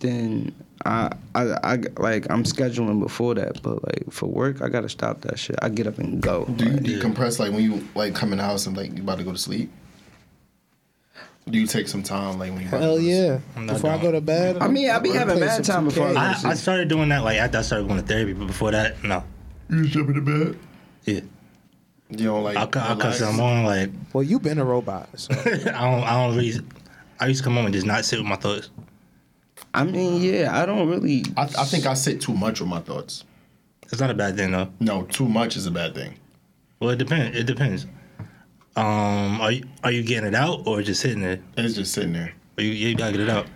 [SPEAKER 4] Then I, I, I like I'm scheduling before that, but like for work, I gotta stop that shit. I get up and go.
[SPEAKER 7] Do you decompress like when you like come in the house and like you about to go to sleep? Do you take some time like when you? about to go
[SPEAKER 6] Hell
[SPEAKER 7] to sleep?
[SPEAKER 6] yeah.
[SPEAKER 3] I'm not
[SPEAKER 6] Before I
[SPEAKER 3] doing
[SPEAKER 6] go to bed.
[SPEAKER 4] I mean, I be
[SPEAKER 6] I'm
[SPEAKER 4] having
[SPEAKER 6] playing
[SPEAKER 4] mad
[SPEAKER 6] some
[SPEAKER 4] time
[SPEAKER 6] 2K.
[SPEAKER 4] before
[SPEAKER 3] I, I started doing that like after I started going to therapy, but before that, no.
[SPEAKER 7] You just jump in the bed.
[SPEAKER 3] Yeah,
[SPEAKER 7] You don't like.
[SPEAKER 3] I cu- I
[SPEAKER 7] relax?
[SPEAKER 3] cuss. I'm on like *laughs*
[SPEAKER 6] Well, you been a robot. *laughs* So.
[SPEAKER 3] I don't I don't really. I used to come home and just not sit with my thoughts.
[SPEAKER 4] I mean, yeah, I don't really.
[SPEAKER 7] I, I think I sit too much with my thoughts.
[SPEAKER 3] It's not a bad thing though.
[SPEAKER 7] No, too much is a bad thing.
[SPEAKER 3] Well, it depends. It depends. Um, are you, are you getting it out or just sitting there?
[SPEAKER 7] It's just sitting there.
[SPEAKER 3] Or you, you gotta get it out.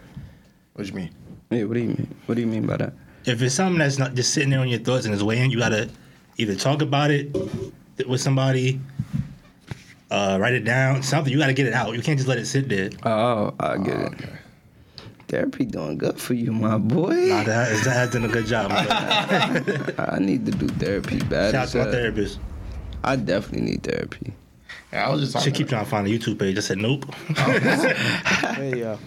[SPEAKER 7] What you mean?
[SPEAKER 4] Yeah, what do you mean? What do you mean by that?
[SPEAKER 3] If it's something that's not just sitting there on your thoughts and it's weighing, you gotta either talk about it with somebody, uh, write it down, something. You gotta get it out. You can't just let it sit there.
[SPEAKER 4] Oh, I get it. Therapy doing good for you, my boy.
[SPEAKER 3] Nah, that, has, that has done a good job. my brother.
[SPEAKER 4] I need to do therapy bad.
[SPEAKER 3] Shout out
[SPEAKER 4] as
[SPEAKER 3] to my
[SPEAKER 4] hell.
[SPEAKER 3] therapist.
[SPEAKER 4] I definitely need therapy.
[SPEAKER 7] Yeah, I was just
[SPEAKER 3] She
[SPEAKER 7] talking.
[SPEAKER 3] keep trying to find a YouTube page. I said nope.
[SPEAKER 6] There you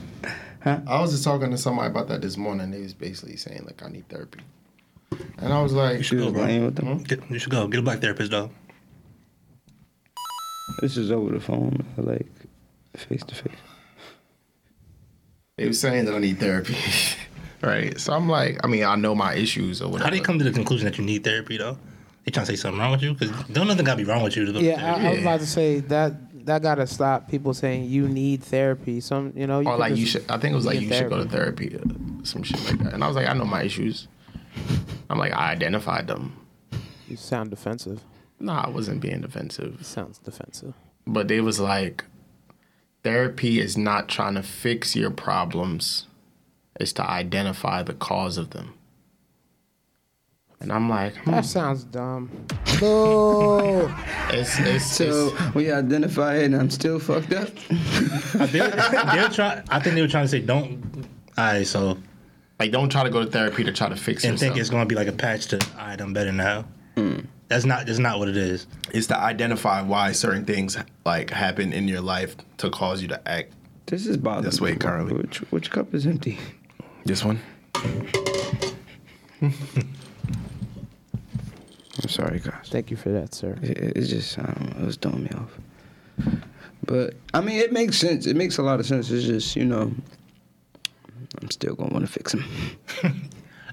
[SPEAKER 6] go.
[SPEAKER 7] I was just talking to somebody about that this morning. They was basically saying like I need therapy, and I was like,
[SPEAKER 4] She was
[SPEAKER 3] bro. Mm-hmm.
[SPEAKER 4] playing with them.
[SPEAKER 3] Get- you should go get a black therapist, dog.
[SPEAKER 4] This is over the phone, like face to face.
[SPEAKER 7] they was saying that I need therapy. *laughs* right? So I'm like, I mean, I know my issues or whatever.
[SPEAKER 3] How do you come to the conclusion that you need therapy though? They trying to say something wrong with you? Because don't nothing got to be wrong with you to go to
[SPEAKER 6] Yeah,
[SPEAKER 3] therapy.
[SPEAKER 6] I, I was about to say that that gotta stop people saying you need therapy. Some, you know, you
[SPEAKER 7] or
[SPEAKER 6] could
[SPEAKER 7] like you
[SPEAKER 6] just
[SPEAKER 3] uh.
[SPEAKER 7] should. I think it was
[SPEAKER 6] be
[SPEAKER 7] like
[SPEAKER 6] in
[SPEAKER 7] you should go to therapy, or some shit like that. And I was like, I know my issues. I'm like, I identified them.
[SPEAKER 6] You sound defensive.
[SPEAKER 7] No, I wasn't being defensive,
[SPEAKER 6] Sounds defensive.
[SPEAKER 7] but they was like, therapy is not trying to fix your problems; it's to identify the cause of them. And I'm like, hmm,
[SPEAKER 6] That sounds dumb. *laughs* Boo.
[SPEAKER 7] it's it's,
[SPEAKER 4] So
[SPEAKER 7] it's
[SPEAKER 4] we identify it, and I'm still fucked up. *laughs*
[SPEAKER 3] They're- they're try- I think they were trying to say don't. All right, so
[SPEAKER 7] like don't try to go to therapy to try to fix
[SPEAKER 3] and think
[SPEAKER 7] yourself.
[SPEAKER 3] it's gonna be like a patch to. All right, I'm better now.
[SPEAKER 4] Hmm.
[SPEAKER 3] That's not. That's not what it is.
[SPEAKER 7] is to identify why certain things like happen in your life to cause you to act
[SPEAKER 4] This is bothering.
[SPEAKER 7] This way,
[SPEAKER 4] me.
[SPEAKER 7] Carly.
[SPEAKER 4] Which which cup is empty?
[SPEAKER 7] this one
[SPEAKER 4] I'm sorry, guys.
[SPEAKER 6] Thank you for that, sir.
[SPEAKER 4] It, it- it's just I don't know, it was throwing me off. But I mean, it makes sense. It makes a lot of sense. It's just you know, I'm still gonna want to fix him.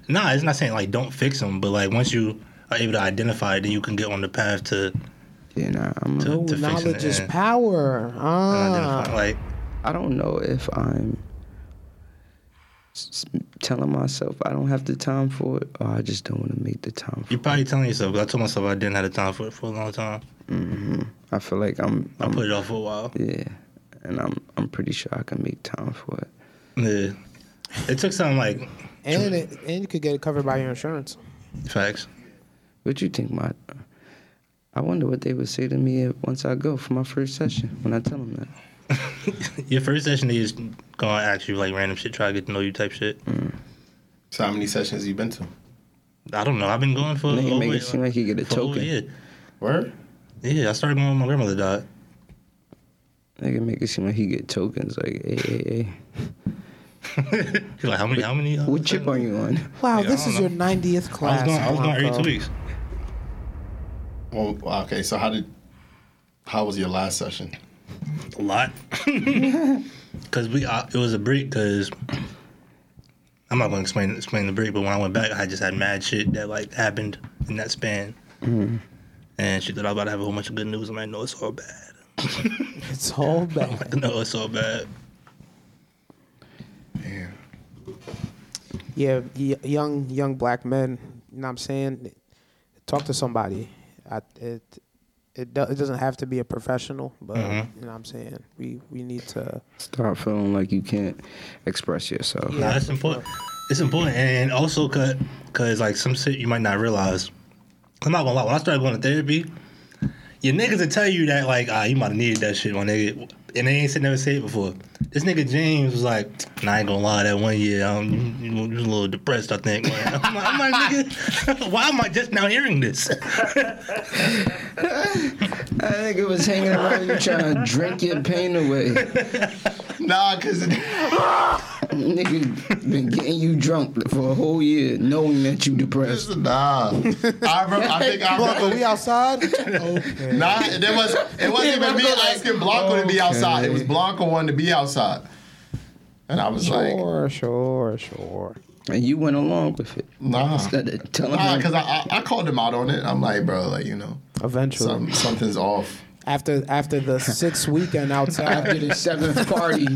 [SPEAKER 3] Nah, it's not saying like don't fix them, but like once you are able to identify it, then you can get on the path to,
[SPEAKER 4] *laughs* Yeah, nah, I'm.
[SPEAKER 3] to,
[SPEAKER 6] Ooh,
[SPEAKER 3] to fixing
[SPEAKER 6] knowledge
[SPEAKER 3] it
[SPEAKER 6] is
[SPEAKER 3] and,
[SPEAKER 6] power.
[SPEAKER 3] and
[SPEAKER 6] Ah.
[SPEAKER 3] identify. Like
[SPEAKER 4] I don't know if I'm s- s- telling myself I don't have the time for it, or I just don't want to make the time. For
[SPEAKER 3] you're
[SPEAKER 4] it.
[SPEAKER 3] probably telling yourself. I told myself I didn't have the time for it for a long time.
[SPEAKER 4] Mm-hmm. I feel like I'm.
[SPEAKER 3] I
[SPEAKER 4] I'm
[SPEAKER 3] put it off for a while.
[SPEAKER 4] yeah, and I'm. I'm pretty sure I can make time for it.
[SPEAKER 3] Yeah. It took something like
[SPEAKER 6] And it, and you could get it covered by your insurance.
[SPEAKER 3] facts.
[SPEAKER 4] What you think, my? I wonder what they would say to me if- once I go for my first session when I tell them that.
[SPEAKER 3] Your first session they just gonna ask you like random shit, try to get to know you type shit.
[SPEAKER 7] so how many sessions you been to
[SPEAKER 3] I don't know. I've been going for
[SPEAKER 4] Nigga
[SPEAKER 3] over,
[SPEAKER 4] make it seem like you get a
[SPEAKER 3] for over
[SPEAKER 4] token.
[SPEAKER 3] year.
[SPEAKER 7] where
[SPEAKER 3] Yeah, I started going when my grandmother died. *laughs*
[SPEAKER 4] Nigga make it seem like he get tokens. Like, hey, hey, hey.
[SPEAKER 3] She's like, how many? How many? uh,
[SPEAKER 4] What chip are you on?
[SPEAKER 3] Yeah,
[SPEAKER 6] Wow,
[SPEAKER 3] I
[SPEAKER 6] this
[SPEAKER 3] don't know.
[SPEAKER 6] is your 90th
[SPEAKER 3] I was
[SPEAKER 6] class.
[SPEAKER 3] going. I was going every
[SPEAKER 6] Blanco.
[SPEAKER 3] two weeks.
[SPEAKER 7] well okay so how did how was your last session *laughs*
[SPEAKER 3] A lot. *laughs* Because we, I, it was a break. Because *clears throat* I'm not going to explain explain the break, but when I went back, I just had mad shit that like happened in that span. And she thought I was about to have a whole bunch of good news. I'm like, no, it's all bad. *laughs*
[SPEAKER 6] It's *laughs* all
[SPEAKER 3] I'm
[SPEAKER 6] bad.
[SPEAKER 3] like, no, it's all bad.
[SPEAKER 7] yeah
[SPEAKER 6] Yeah, y- young young black men. You know what I'm saying? Talk to somebody. I, it it, do, it doesn't have to be a professional, but
[SPEAKER 7] Mm-hmm.
[SPEAKER 6] you know what I'm saying we we need to.
[SPEAKER 4] Stop feeling like you can't express yourself.
[SPEAKER 3] No, that's important. It's important, and also cause, cause like some shit you might not realize. I'm not gonna lie. When I started going to therapy, your niggas will tell you that like, ah, you might have needed that shit, my nigga, and they ain't said never said it before. This nigga James was like, nah, I ain't gonna lie, that one year, um, you, you, you was a little depressed, I think. *laughs* I'm like, I'm like nigga, *laughs* why am I just now hearing this?
[SPEAKER 4] I think it was hanging around you trying
[SPEAKER 7] *laughs*
[SPEAKER 4] to drink your pain away.
[SPEAKER 7] nah because *laughs*
[SPEAKER 4] Nigga been getting you drunk for a whole year, knowing that you depressed.
[SPEAKER 7] nah I, remember, I think I
[SPEAKER 6] Blanco, we *laughs*
[SPEAKER 7] remember
[SPEAKER 6] outside. Okay.
[SPEAKER 7] Nah, there was it wasn't even me asking Blanco to be outside. It was Blanco wanting to be outside, and I was like,
[SPEAKER 6] Sure, sure, sure.
[SPEAKER 4] And you went along with it.
[SPEAKER 7] Nah,
[SPEAKER 4] Instead of telling
[SPEAKER 7] nah,
[SPEAKER 4] him-
[SPEAKER 7] because I, I I called him out on it. I'm like, bro, like you know,
[SPEAKER 6] Eventually,
[SPEAKER 7] some, something's off.
[SPEAKER 6] after after the
[SPEAKER 7] *laughs*
[SPEAKER 6] sixth weekend
[SPEAKER 4] after
[SPEAKER 6] outside,
[SPEAKER 4] the seventh party.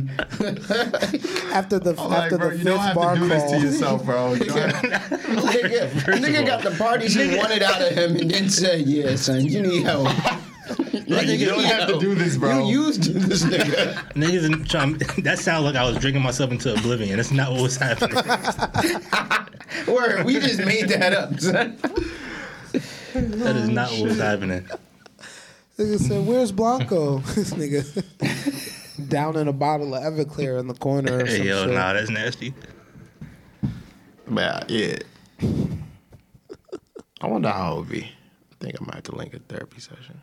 [SPEAKER 6] after the
[SPEAKER 7] I'm
[SPEAKER 6] after
[SPEAKER 7] like, bro,
[SPEAKER 6] the
[SPEAKER 7] you
[SPEAKER 6] fifth
[SPEAKER 7] don't have
[SPEAKER 6] bar
[SPEAKER 7] to do this
[SPEAKER 6] crawl,
[SPEAKER 7] to yourself, bro. You don't have-
[SPEAKER 4] nigga, nigga got the party she wanted out of him and then said, Yeah, son, you need
[SPEAKER 7] *laughs*
[SPEAKER 4] help.
[SPEAKER 7] Like, you don't have to do this, bro.
[SPEAKER 4] You used to this nigga.
[SPEAKER 3] niggas, trying, *laughs* that sounded like I was drinking myself into oblivion. That's not what was
[SPEAKER 6] *laughs*
[SPEAKER 3] happening.
[SPEAKER 4] *laughs* Word, we just made that up, son.
[SPEAKER 3] That is not what was happening.
[SPEAKER 6] Nigga said, "Where's
[SPEAKER 7] *laughs*
[SPEAKER 6] Blanco?" *laughs* this nigga *laughs* down in a bottle of Everclear in the corner. Or some
[SPEAKER 3] Hey, yo,
[SPEAKER 6] shit.
[SPEAKER 3] nah, that's nasty.
[SPEAKER 7] But yeah, I wonder how it would be. I think I might have to link a therapy session.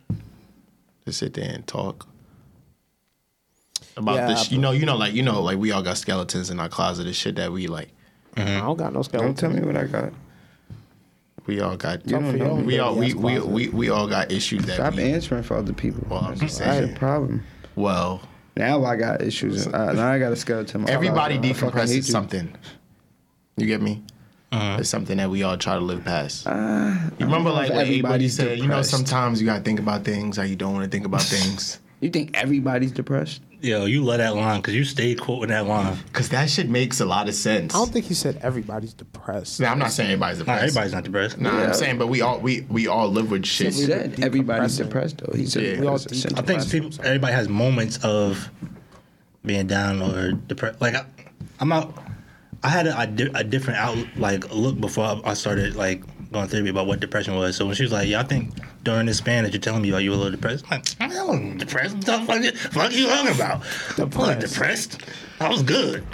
[SPEAKER 7] Just sit there and talk about
[SPEAKER 6] Yeah,
[SPEAKER 7] this. You know, you know, like you know, like we all got skeletons in our closet. The shit that we like,
[SPEAKER 6] I don't got no skeleton.
[SPEAKER 4] me what I got.
[SPEAKER 7] we all got.
[SPEAKER 4] You don't know.
[SPEAKER 7] we all we, we, we, we all got issues that
[SPEAKER 4] Stop
[SPEAKER 7] we.
[SPEAKER 4] answering for other people.
[SPEAKER 7] Well, I'm just
[SPEAKER 4] I had a
[SPEAKER 7] saying.
[SPEAKER 4] problem.
[SPEAKER 7] Well,
[SPEAKER 4] Now I got issues. Uh, now I got a skeleton. in my closet.
[SPEAKER 7] everybody
[SPEAKER 4] I fucking hate
[SPEAKER 7] decompresses
[SPEAKER 4] you.
[SPEAKER 7] something. You get me?
[SPEAKER 3] Uh-huh.
[SPEAKER 7] It's something that we all try to live past. you
[SPEAKER 4] know
[SPEAKER 7] remember,
[SPEAKER 4] if
[SPEAKER 7] like what everybody
[SPEAKER 4] Uh, everybody's
[SPEAKER 7] said. You know,
[SPEAKER 4] depressed.
[SPEAKER 7] sometimes you gotta think about things how you don't want to
[SPEAKER 4] *laughs*
[SPEAKER 7] think about things.
[SPEAKER 4] You think everybody's depressed?
[SPEAKER 3] Yo, you love that line because you stayed quoting that line.
[SPEAKER 7] Cause that shit makes a lot of sense.
[SPEAKER 6] I don't think he said everybody's depressed.
[SPEAKER 7] Now, I'm not saying everybody's
[SPEAKER 3] Nah,
[SPEAKER 7] depressed.
[SPEAKER 3] everybody's not depressed.
[SPEAKER 7] Nah,
[SPEAKER 4] Yeah.
[SPEAKER 7] I'm saying, but we all we we all live with
[SPEAKER 4] He
[SPEAKER 7] shit.
[SPEAKER 4] said everybody's depressed though. He said
[SPEAKER 7] Yeah.
[SPEAKER 4] we all depressed.
[SPEAKER 3] I think people, everybody has moments of being down or depressed. Like I, I'm out. I had a, a di- a different out like look before I, I started like going therapy about what depression was. So when she was like, "Yeah, I think during this span that you're telling me about, you were a little depressed." I'm like, "I'm not a little depressed. What the fuck, you- fuck you talking about? I'm not depressed.
[SPEAKER 6] Depressed.
[SPEAKER 3] I was good."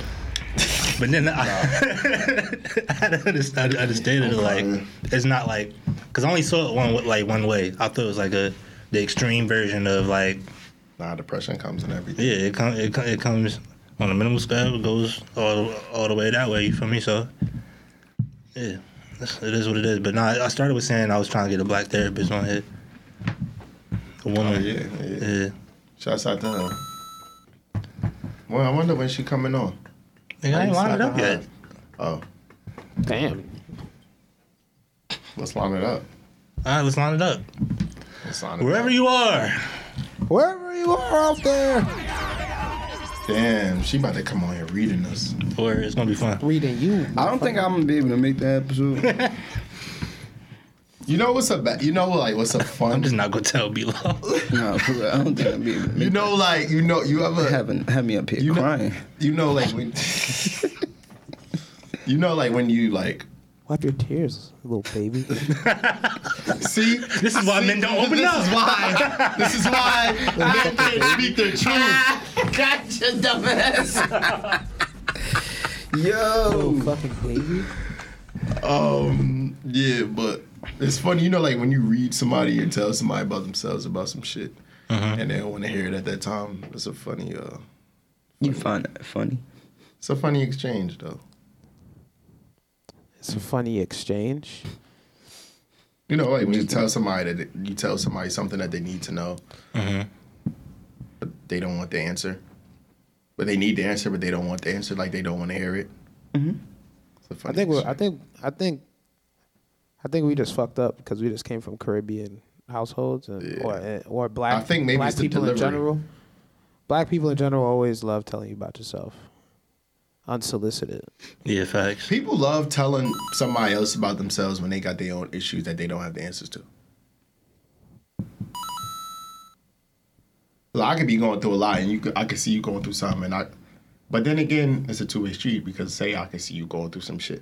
[SPEAKER 3] But then I, *laughs* I had to understand, understand it like it's not like because I only saw it one wa- like one way. I thought it was like a the extreme version of like
[SPEAKER 7] Nah, depression comes in everything.
[SPEAKER 3] yeah, it comes it, com- it comes on a minimal scale. It goes all the, all the way that way. You feel me? So yeah, that's- it is what it is. But no, I I started with saying I was trying to get a black therapist on here. A woman.
[SPEAKER 7] Oh, yeah, yeah.
[SPEAKER 3] yeah.
[SPEAKER 7] Shouts out to her. Well, I wonder when she coming on.
[SPEAKER 3] Nigga, I ain't lined it up
[SPEAKER 7] Huh?
[SPEAKER 3] yet.
[SPEAKER 7] Oh,
[SPEAKER 6] Damn.
[SPEAKER 7] let's line it up.
[SPEAKER 3] All right, let's line it up.
[SPEAKER 7] Let's line it
[SPEAKER 3] Wherever
[SPEAKER 7] up.
[SPEAKER 3] you are,
[SPEAKER 6] Wherever you are out there,
[SPEAKER 7] Damn, she about to come on here reading us.
[SPEAKER 3] or it's gonna be fun.
[SPEAKER 6] reading you.
[SPEAKER 4] I don't think I'm gonna be able to make that episode.
[SPEAKER 7] You know what's a ba- you know like what's a
[SPEAKER 3] I'm
[SPEAKER 7] fun.
[SPEAKER 3] just not gonna tell B Law.
[SPEAKER 4] no, for real, I don't think I'll be able to
[SPEAKER 7] *laughs*
[SPEAKER 4] *laughs*
[SPEAKER 7] you
[SPEAKER 4] make
[SPEAKER 7] know like you know you ever
[SPEAKER 4] haven't had me up here
[SPEAKER 7] You know-
[SPEAKER 4] crying.
[SPEAKER 7] you know like when *laughs* you know like when you like
[SPEAKER 6] Wipe your tears, little *laughs* baby.
[SPEAKER 7] see
[SPEAKER 3] This is why men don't open
[SPEAKER 7] this
[SPEAKER 3] up.
[SPEAKER 7] is why this is why
[SPEAKER 3] *laughs*
[SPEAKER 7] men can't speak their truth.
[SPEAKER 4] *laughs* Gotcha, dumbass. Yo,
[SPEAKER 6] fucking baby.
[SPEAKER 7] Um, yeah, but it's funny, you know, like when you read somebody or tell somebody about themselves about some shit, and they don't want to hear it at that time. It's a funny, uh,
[SPEAKER 4] you find that funny?
[SPEAKER 7] it's a funny exchange though.
[SPEAKER 6] It's a funny exchange.
[SPEAKER 7] You know, like when you tell somebody that you tell somebody something that they need to know, but they don't want the answer, but they need the answer, but they don't want the answer. Like they don't want to hear it. It's a
[SPEAKER 6] Mm-hmm. I
[SPEAKER 7] funny
[SPEAKER 6] think we're, I
[SPEAKER 7] exchange.
[SPEAKER 6] think I think I think we just fucked up because we just came from Caribbean households and, or or black.
[SPEAKER 7] I think maybe
[SPEAKER 6] black
[SPEAKER 7] it's the
[SPEAKER 6] people in
[SPEAKER 7] delivery.
[SPEAKER 6] general. Black people in general always love telling you about yourself, unsolicited.
[SPEAKER 3] Yeah, facts.
[SPEAKER 7] people love telling somebody else about themselves when they got their own issues that they don't have the answers to. Like, I could be going through a lot, and you, could, I could see you going through something, and I. But then again, it's a two-way street because say I can see you going through some shit,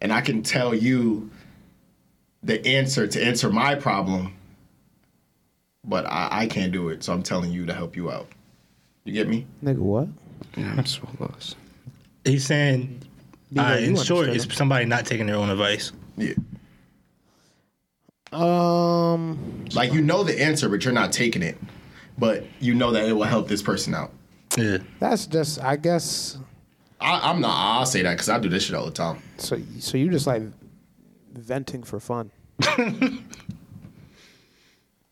[SPEAKER 7] and I can tell you the answer to answer my problem, but I, I can't do it, so I'm telling you to help you out. You get me?
[SPEAKER 6] Nigga, what?
[SPEAKER 4] I'm so lost.
[SPEAKER 3] He's saying,
[SPEAKER 6] Yeah,
[SPEAKER 3] uh,
[SPEAKER 6] you
[SPEAKER 3] in short,
[SPEAKER 6] understand
[SPEAKER 3] it's somebody not taking their own advice.
[SPEAKER 7] Yeah.
[SPEAKER 6] Um,
[SPEAKER 7] Like you know the answer, but you're not taking it. But you know that it will help this person out.
[SPEAKER 3] Yeah.
[SPEAKER 6] that's just I guess.
[SPEAKER 7] I, I'm not. I say that because I do this shit all the time.
[SPEAKER 6] So so you just like venting
[SPEAKER 3] *laughs*
[SPEAKER 6] for fun.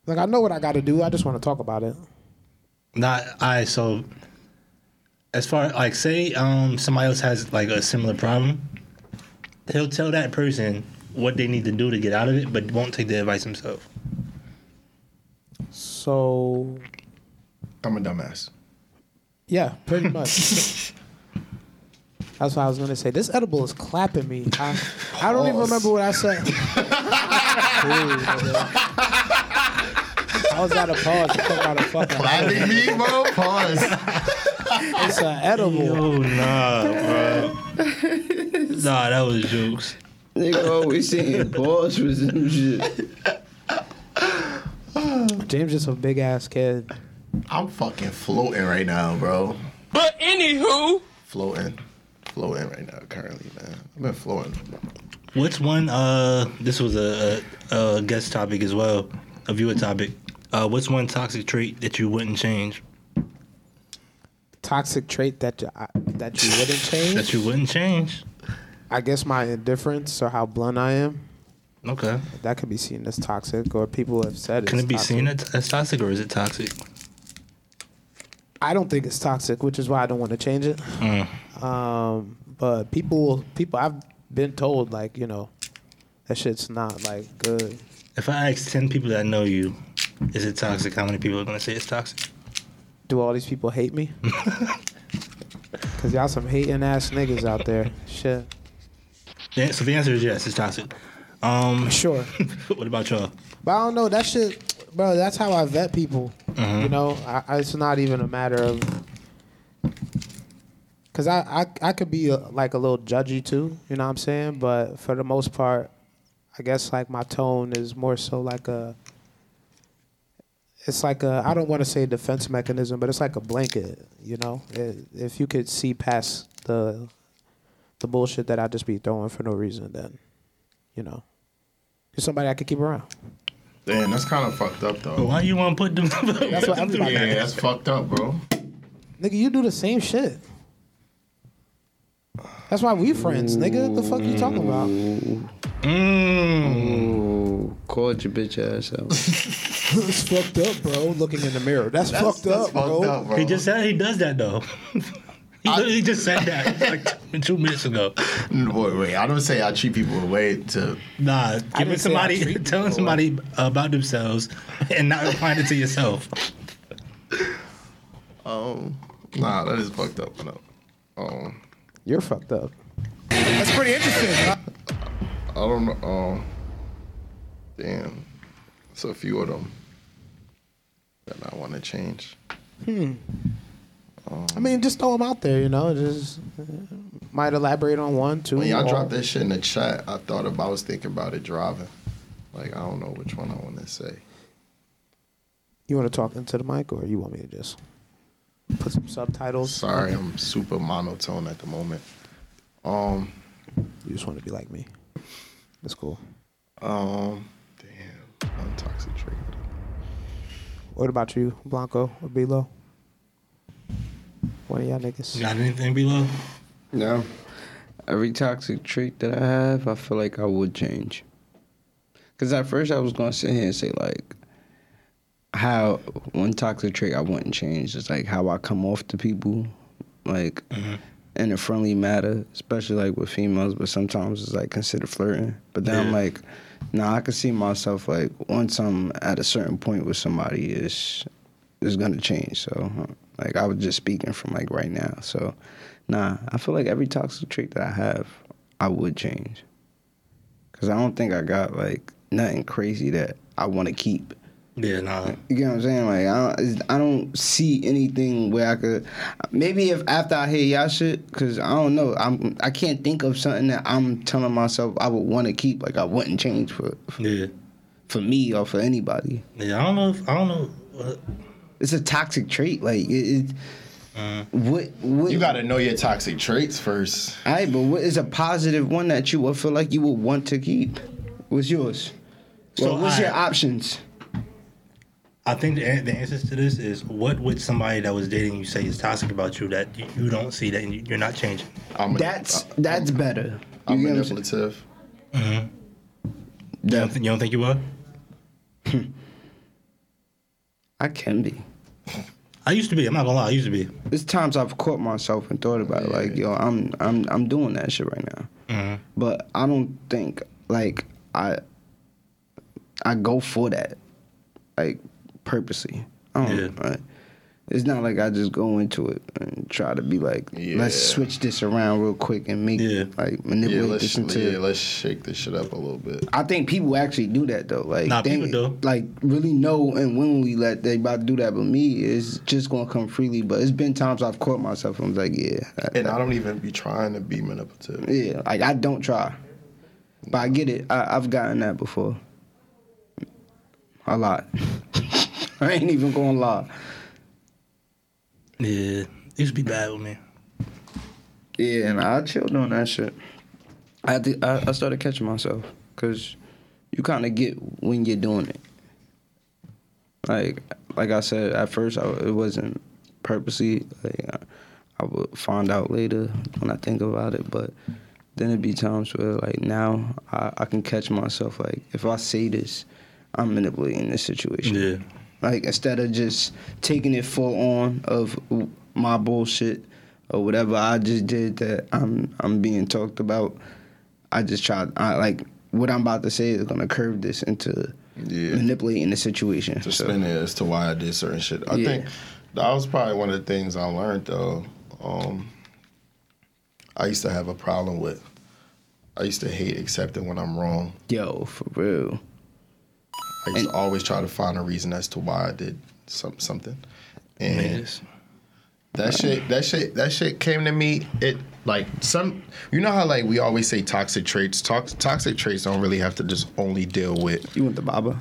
[SPEAKER 6] like I know what I got to do. I just want to talk about it.
[SPEAKER 3] Not I so as far like say um somebody else has like a similar problem, he'll tell that person what they need to do to get out of it, but won't take the advice himself.
[SPEAKER 6] So
[SPEAKER 7] I'm a dumbass.
[SPEAKER 6] Yeah, pretty much.
[SPEAKER 3] *laughs*
[SPEAKER 6] That's what I was gonna say. This edible is clapping me. I, I don't even remember what I
[SPEAKER 3] *laughs*
[SPEAKER 6] said. Ooh, nigga. I was out of pause. I took out a fucking.
[SPEAKER 7] Clapping me, bro. Pause.
[SPEAKER 6] It's an edible.
[SPEAKER 3] Oh nah, bro. nah, that was jokes.
[SPEAKER 4] Nigga always saying balls for some shit.
[SPEAKER 6] James is a big ass kid.
[SPEAKER 7] I'm fucking floating right now, bro.
[SPEAKER 8] But anywho,
[SPEAKER 7] Floating, floating right now. Currently, man. I've been floating.
[SPEAKER 3] What's one uh this was a, a, a guest topic as well, a viewer topic. Uh what's one toxic trait that you wouldn't change?
[SPEAKER 6] Toxic trait that you, I- that you wouldn't change.
[SPEAKER 3] That you wouldn't change?
[SPEAKER 6] I guess my indifference or how blunt I am.
[SPEAKER 3] Okay.
[SPEAKER 6] That could be seen as toxic, or people have said.
[SPEAKER 3] Can
[SPEAKER 6] it's
[SPEAKER 3] it be
[SPEAKER 6] toxic.
[SPEAKER 3] seen as toxic or is it toxic?
[SPEAKER 6] I don't think
[SPEAKER 3] Mm.
[SPEAKER 6] it's toxic, which is why I don't want to change it. Um, but people, people, I've been told like you know that shit's not like good.
[SPEAKER 3] If I ask ten people that know you, is it toxic? How many people are gonna say it's toxic?
[SPEAKER 6] Do all these people hate
[SPEAKER 3] *laughs*
[SPEAKER 6] me? Cause y'all some hating ass niggas out there. Shit.
[SPEAKER 3] Yeah, so the answer is yes, it's toxic. Um, *laughs*
[SPEAKER 6] Sure.
[SPEAKER 3] what about y'all?
[SPEAKER 6] But I don't know. That shit, bro. That's how I vet people. You know, I, I, it's not even a matter of. Cause I I, I could be a, like a little judgy too. You know what I'm saying? But for the most part, I guess like my tone is more so like a. It's like a I don't want to say defense mechanism, but it's like a blanket. You know, it, if you could see past the. The bullshit that I just be throwing for no reason, then, you know, it's somebody I could keep around.
[SPEAKER 7] Damn, that's kind of fucked up though.
[SPEAKER 3] Why you want to put them? *laughs*
[SPEAKER 6] That's what I'm about.
[SPEAKER 7] Yeah, that's fucked up, bro.
[SPEAKER 6] Nigga, you do the same shit. That's why we friends, nigga. What the fuck you talking about?
[SPEAKER 4] Ooh, called your bitch ass out.
[SPEAKER 6] *laughs* it's fucked up, bro. Looking in the mirror. That's, fucked up, bro.
[SPEAKER 3] He just said he does that though. *laughs* he literally just said that *laughs* like two, two minutes ago.
[SPEAKER 7] Wait, wait. I don't say I treat people away to.
[SPEAKER 3] Nah, giving
[SPEAKER 6] didn't say I
[SPEAKER 3] somebody *laughs*
[SPEAKER 6] treat
[SPEAKER 3] telling somebody about themselves and not replying it to yourself.
[SPEAKER 7] Um, nah, that is fucked up. No. Um,
[SPEAKER 6] You're fucked up.
[SPEAKER 7] I don't know. Um, damn, it's a few of them that I want to change.
[SPEAKER 6] I mean, just throw them out there, you know. Just uh, might elaborate on one, two.
[SPEAKER 7] When y'all
[SPEAKER 6] or-
[SPEAKER 7] dropped this shit in the chat, I thought about, I was thinking about it driving. Like I don't know which one I want to say.
[SPEAKER 6] You want to talk into the mic, or you want me to just put some subtitles?
[SPEAKER 7] Sorry, I'm super monotone at the moment. Um,
[SPEAKER 6] You just want to be like me. That's cool.
[SPEAKER 7] um, damn, I'm toxic triggered.
[SPEAKER 6] What about you, Blanco or Bilo? One of y'all niggas.
[SPEAKER 3] Got anything below?
[SPEAKER 4] no. Every toxic trait that I have, I feel like I would change. Cause at first I was gonna sit here and say like how one toxic trait I wouldn't change is like how I come off to people, like in a friendly matter, especially like with females, but sometimes it's like considered flirting. But then
[SPEAKER 3] Yeah.
[SPEAKER 4] I'm like, nah, I can see myself like once I'm at a certain point with somebody is is gonna change. So like I was just speaking from like right now. So nah, I feel like every toxic trait that I have, I would change. Cause I don't think I got like nothing crazy that I want to keep.
[SPEAKER 3] Yeah, nah.
[SPEAKER 4] You get what I'm saying? Like I don't, I don't see anything where I could. Maybe if after I hear y'all shit, cause I don't know. I'm I can't think of something that I'm telling myself I would want to keep. Like I wouldn't change for
[SPEAKER 3] Yeah,
[SPEAKER 4] for me or for anybody.
[SPEAKER 3] yeah. I don't know. If, I don't know. uh,
[SPEAKER 4] It's a toxic trait. Like it. it what what
[SPEAKER 7] Mm-hmm. You gotta know your toxic traits first.
[SPEAKER 4] All right, but what is a positive one that you would feel like you would want to keep? What's yours?
[SPEAKER 3] So
[SPEAKER 4] Well, what's your
[SPEAKER 3] I-
[SPEAKER 4] options?
[SPEAKER 3] I think the, an- the answers to this is what would somebody that was dating you say is toxic about you that you, you don't see that and you, you're not changing?
[SPEAKER 7] I'm a-
[SPEAKER 4] That's that's better. You
[SPEAKER 7] I'm
[SPEAKER 4] get what I'm saying?
[SPEAKER 7] manipulative.
[SPEAKER 3] You don't, think, you don't think you are?
[SPEAKER 4] I can be.
[SPEAKER 3] I used to be. I'm not gonna lie. I used to be.
[SPEAKER 4] There's times I've caught myself and thought about it, like, yo, I'm I'm I'm doing that shit right now.
[SPEAKER 7] Mm-hmm.
[SPEAKER 4] But I don't think like I I go for that like purposely. I don't
[SPEAKER 3] Yeah.
[SPEAKER 4] like, it's not like I just go into it and try to be like, let's
[SPEAKER 7] Yeah.
[SPEAKER 4] switch this around real quick and make
[SPEAKER 3] Yeah.
[SPEAKER 4] like
[SPEAKER 7] Yeah,
[SPEAKER 4] manipulate
[SPEAKER 7] let's
[SPEAKER 4] this
[SPEAKER 7] yeah,
[SPEAKER 4] into
[SPEAKER 7] let's shake this shit up a little bit.
[SPEAKER 4] I think people actually do that though. Like
[SPEAKER 3] Nah,
[SPEAKER 4] they,
[SPEAKER 3] people do.
[SPEAKER 4] Like really know and when we let they about to do that. But me, it's just gonna come freely. But it's been times I've caught myself. I'm like, yeah, I-
[SPEAKER 7] And I don't even be trying to be manipulative.
[SPEAKER 4] yeah. Like I don't try, but I get it. I, I've gotten that before. A lot. *laughs* I ain't even gonna lie.
[SPEAKER 3] Yeah, it used to be bad with me.
[SPEAKER 4] Yeah, and I chilled on that shit. I thi- I, I started catching myself because you kind of get when you're doing it. Like like I said at first, I, it wasn't purposely. Like I, I would find out later when I think about it, but then it'd be times where like now I, I can catch myself. Like if I say this, I'm manipulating this situation.
[SPEAKER 3] Yeah.
[SPEAKER 4] Like instead of just taking it full on of my bullshit or whatever I just did that I'm I'm being talked about, I just tried. I like what I'm about to say is gonna curve this into
[SPEAKER 7] Yeah.
[SPEAKER 4] manipulating the situation.
[SPEAKER 7] to
[SPEAKER 4] so.
[SPEAKER 7] spin it as to why I did certain shit. I
[SPEAKER 4] Yeah.
[SPEAKER 7] think that was probably one of the things I learned though. Um, I used to have a problem with. I used to hate accepting when I'm wrong.
[SPEAKER 4] Yo, for real.
[SPEAKER 7] I used
[SPEAKER 4] And-
[SPEAKER 7] to always try to find a reason as to why I did some something. And that shit, that shit, that shit came to me. It like some, you know how like we always say toxic traits. Tox, toxic traits don't really have to just only deal with
[SPEAKER 4] You went to Baba?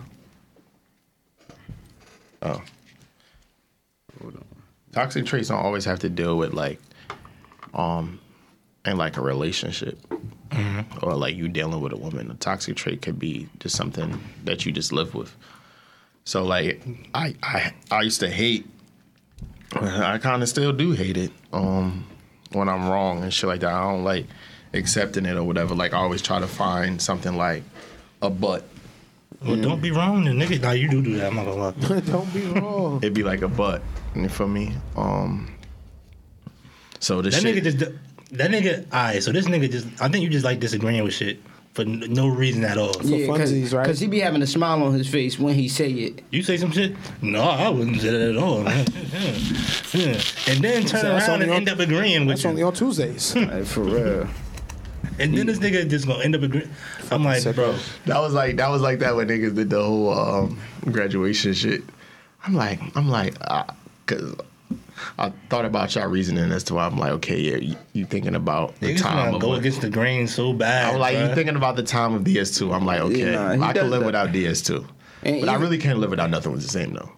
[SPEAKER 7] toxic traits don't always have to deal with like um in like a relationship
[SPEAKER 3] Mm-hmm.
[SPEAKER 7] or like you dealing with a woman a toxic trait could be just something that you just live with so like i i i used to hate i kind of still do hate it um when i'm wrong and shit like that i don't like accepting it or whatever like i always try to find something like a but
[SPEAKER 3] Well, don't be wrong, then, nigga. Nah, you do do that. I'm not *laughs* gonna lie.
[SPEAKER 6] Don't be wrong.
[SPEAKER 7] it'd be like a but you feel me um so this
[SPEAKER 3] That nigga
[SPEAKER 7] shit,
[SPEAKER 3] just. That nigga. Alright, so this nigga just. I think you just like disagreeing with shit for n- no reason at all.
[SPEAKER 6] funsies, right?
[SPEAKER 4] Because he be having a smile on his face when he say it.
[SPEAKER 3] You say some shit? No, I wouldn't say that at all. *laughs* man. Yeah. Yeah. And then turn
[SPEAKER 6] That's
[SPEAKER 3] around
[SPEAKER 6] only
[SPEAKER 3] and
[SPEAKER 6] on-
[SPEAKER 3] end up agreeing with
[SPEAKER 6] That's
[SPEAKER 3] you.
[SPEAKER 6] only on Tuesdays.
[SPEAKER 4] Like, for real.
[SPEAKER 3] and then this nigga just gonna end up agreeing. I'm like, bro,
[SPEAKER 7] That was like that was like that when niggas did the whole um, graduation shit. I'm like I'm like ah, cause I thought about y'all reasoning as to why I'm like okay yeah you, you thinking about the
[SPEAKER 3] niggas
[SPEAKER 7] time
[SPEAKER 3] wanna
[SPEAKER 7] of
[SPEAKER 3] go
[SPEAKER 7] when-
[SPEAKER 3] against the grain so bad.
[SPEAKER 7] I'm like
[SPEAKER 3] bruh.
[SPEAKER 7] you thinking about the time of DS2. I'm like okay
[SPEAKER 4] Yeah, nah, he
[SPEAKER 7] I can
[SPEAKER 4] does
[SPEAKER 7] live
[SPEAKER 4] that.
[SPEAKER 7] without DS2,
[SPEAKER 4] And
[SPEAKER 7] but I
[SPEAKER 4] even-
[SPEAKER 7] really can't live without nothing was the same though.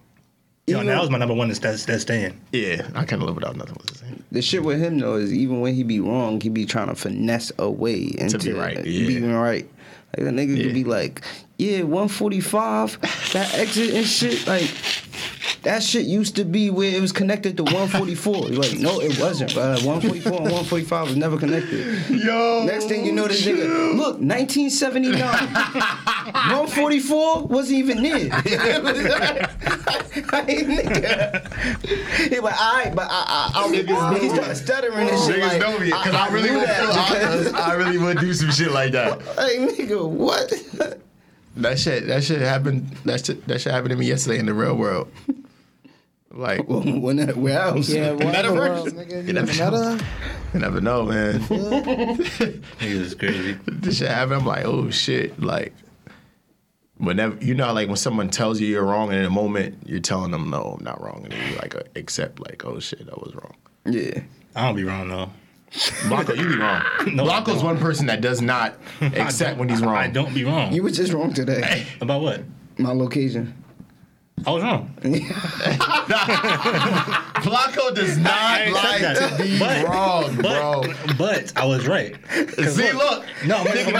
[SPEAKER 3] Yo,
[SPEAKER 4] even-
[SPEAKER 3] that was my number one. That's that's that's staying.
[SPEAKER 7] Yeah, I can't live without nothing was the same.
[SPEAKER 4] The shit with him though is even when he be wrong, he be trying to finesse away into
[SPEAKER 7] be right, yeah.
[SPEAKER 4] being right. Like the nigga could be like, yeah, one forty five, that exit and shit. Like that shit used to be where it was connected to one forty four. Like no, it wasn't. One forty four and one forty five was never connected.
[SPEAKER 7] Yo,
[SPEAKER 4] Next thing you know, this nigga look nineteen seventy
[SPEAKER 7] *laughs*
[SPEAKER 4] nine. One forty four wasn't even there. yeah, but I, but I, I, I
[SPEAKER 7] Niggas
[SPEAKER 4] he
[SPEAKER 7] know
[SPEAKER 4] started
[SPEAKER 7] it.
[SPEAKER 4] stuttering and shit.
[SPEAKER 7] niggas
[SPEAKER 4] like,
[SPEAKER 7] know me because I, really
[SPEAKER 4] knew
[SPEAKER 7] would,
[SPEAKER 4] that.
[SPEAKER 7] *laughs* I, I really would do some shit like that.
[SPEAKER 4] Hey, nigga, what? *laughs*
[SPEAKER 7] That shit, that shit happened. That shit, that shit happened to me yesterday in the real world. Like,
[SPEAKER 4] Well, when that, where else?
[SPEAKER 6] *laughs* yeah, what in the
[SPEAKER 7] Metaverse.
[SPEAKER 6] world, nigga?
[SPEAKER 7] You never
[SPEAKER 6] Meta?
[SPEAKER 7] you never know, man.
[SPEAKER 3] Niggas is crazy.
[SPEAKER 7] this shit happened. I'm like, oh shit. Like, whenever you know, like when someone tells you you're wrong, and in a moment you're telling them, no, I'm not wrong, and then you like uh, accept, like, oh shit, I was wrong.
[SPEAKER 4] yeah.
[SPEAKER 3] I don't be wrong though.
[SPEAKER 7] Blanco, you be wrong.
[SPEAKER 3] No, I
[SPEAKER 7] Blanco's
[SPEAKER 3] don't.
[SPEAKER 7] one person that does
[SPEAKER 3] *laughs*
[SPEAKER 7] not accept when he's wrong.
[SPEAKER 3] I don't be wrong.
[SPEAKER 4] You was just wrong today.
[SPEAKER 3] About what?
[SPEAKER 4] My location. *laughs*
[SPEAKER 3] I was wrong.
[SPEAKER 7] Blanco does
[SPEAKER 3] *laughs* I
[SPEAKER 7] not
[SPEAKER 3] ain't
[SPEAKER 7] like
[SPEAKER 3] said
[SPEAKER 7] to
[SPEAKER 3] that.
[SPEAKER 7] be
[SPEAKER 3] But-
[SPEAKER 7] wrong, bro.
[SPEAKER 3] But but I was right. *laughs* 'Cause
[SPEAKER 7] See, look,
[SPEAKER 3] No, I'm-
[SPEAKER 7] nigga, no,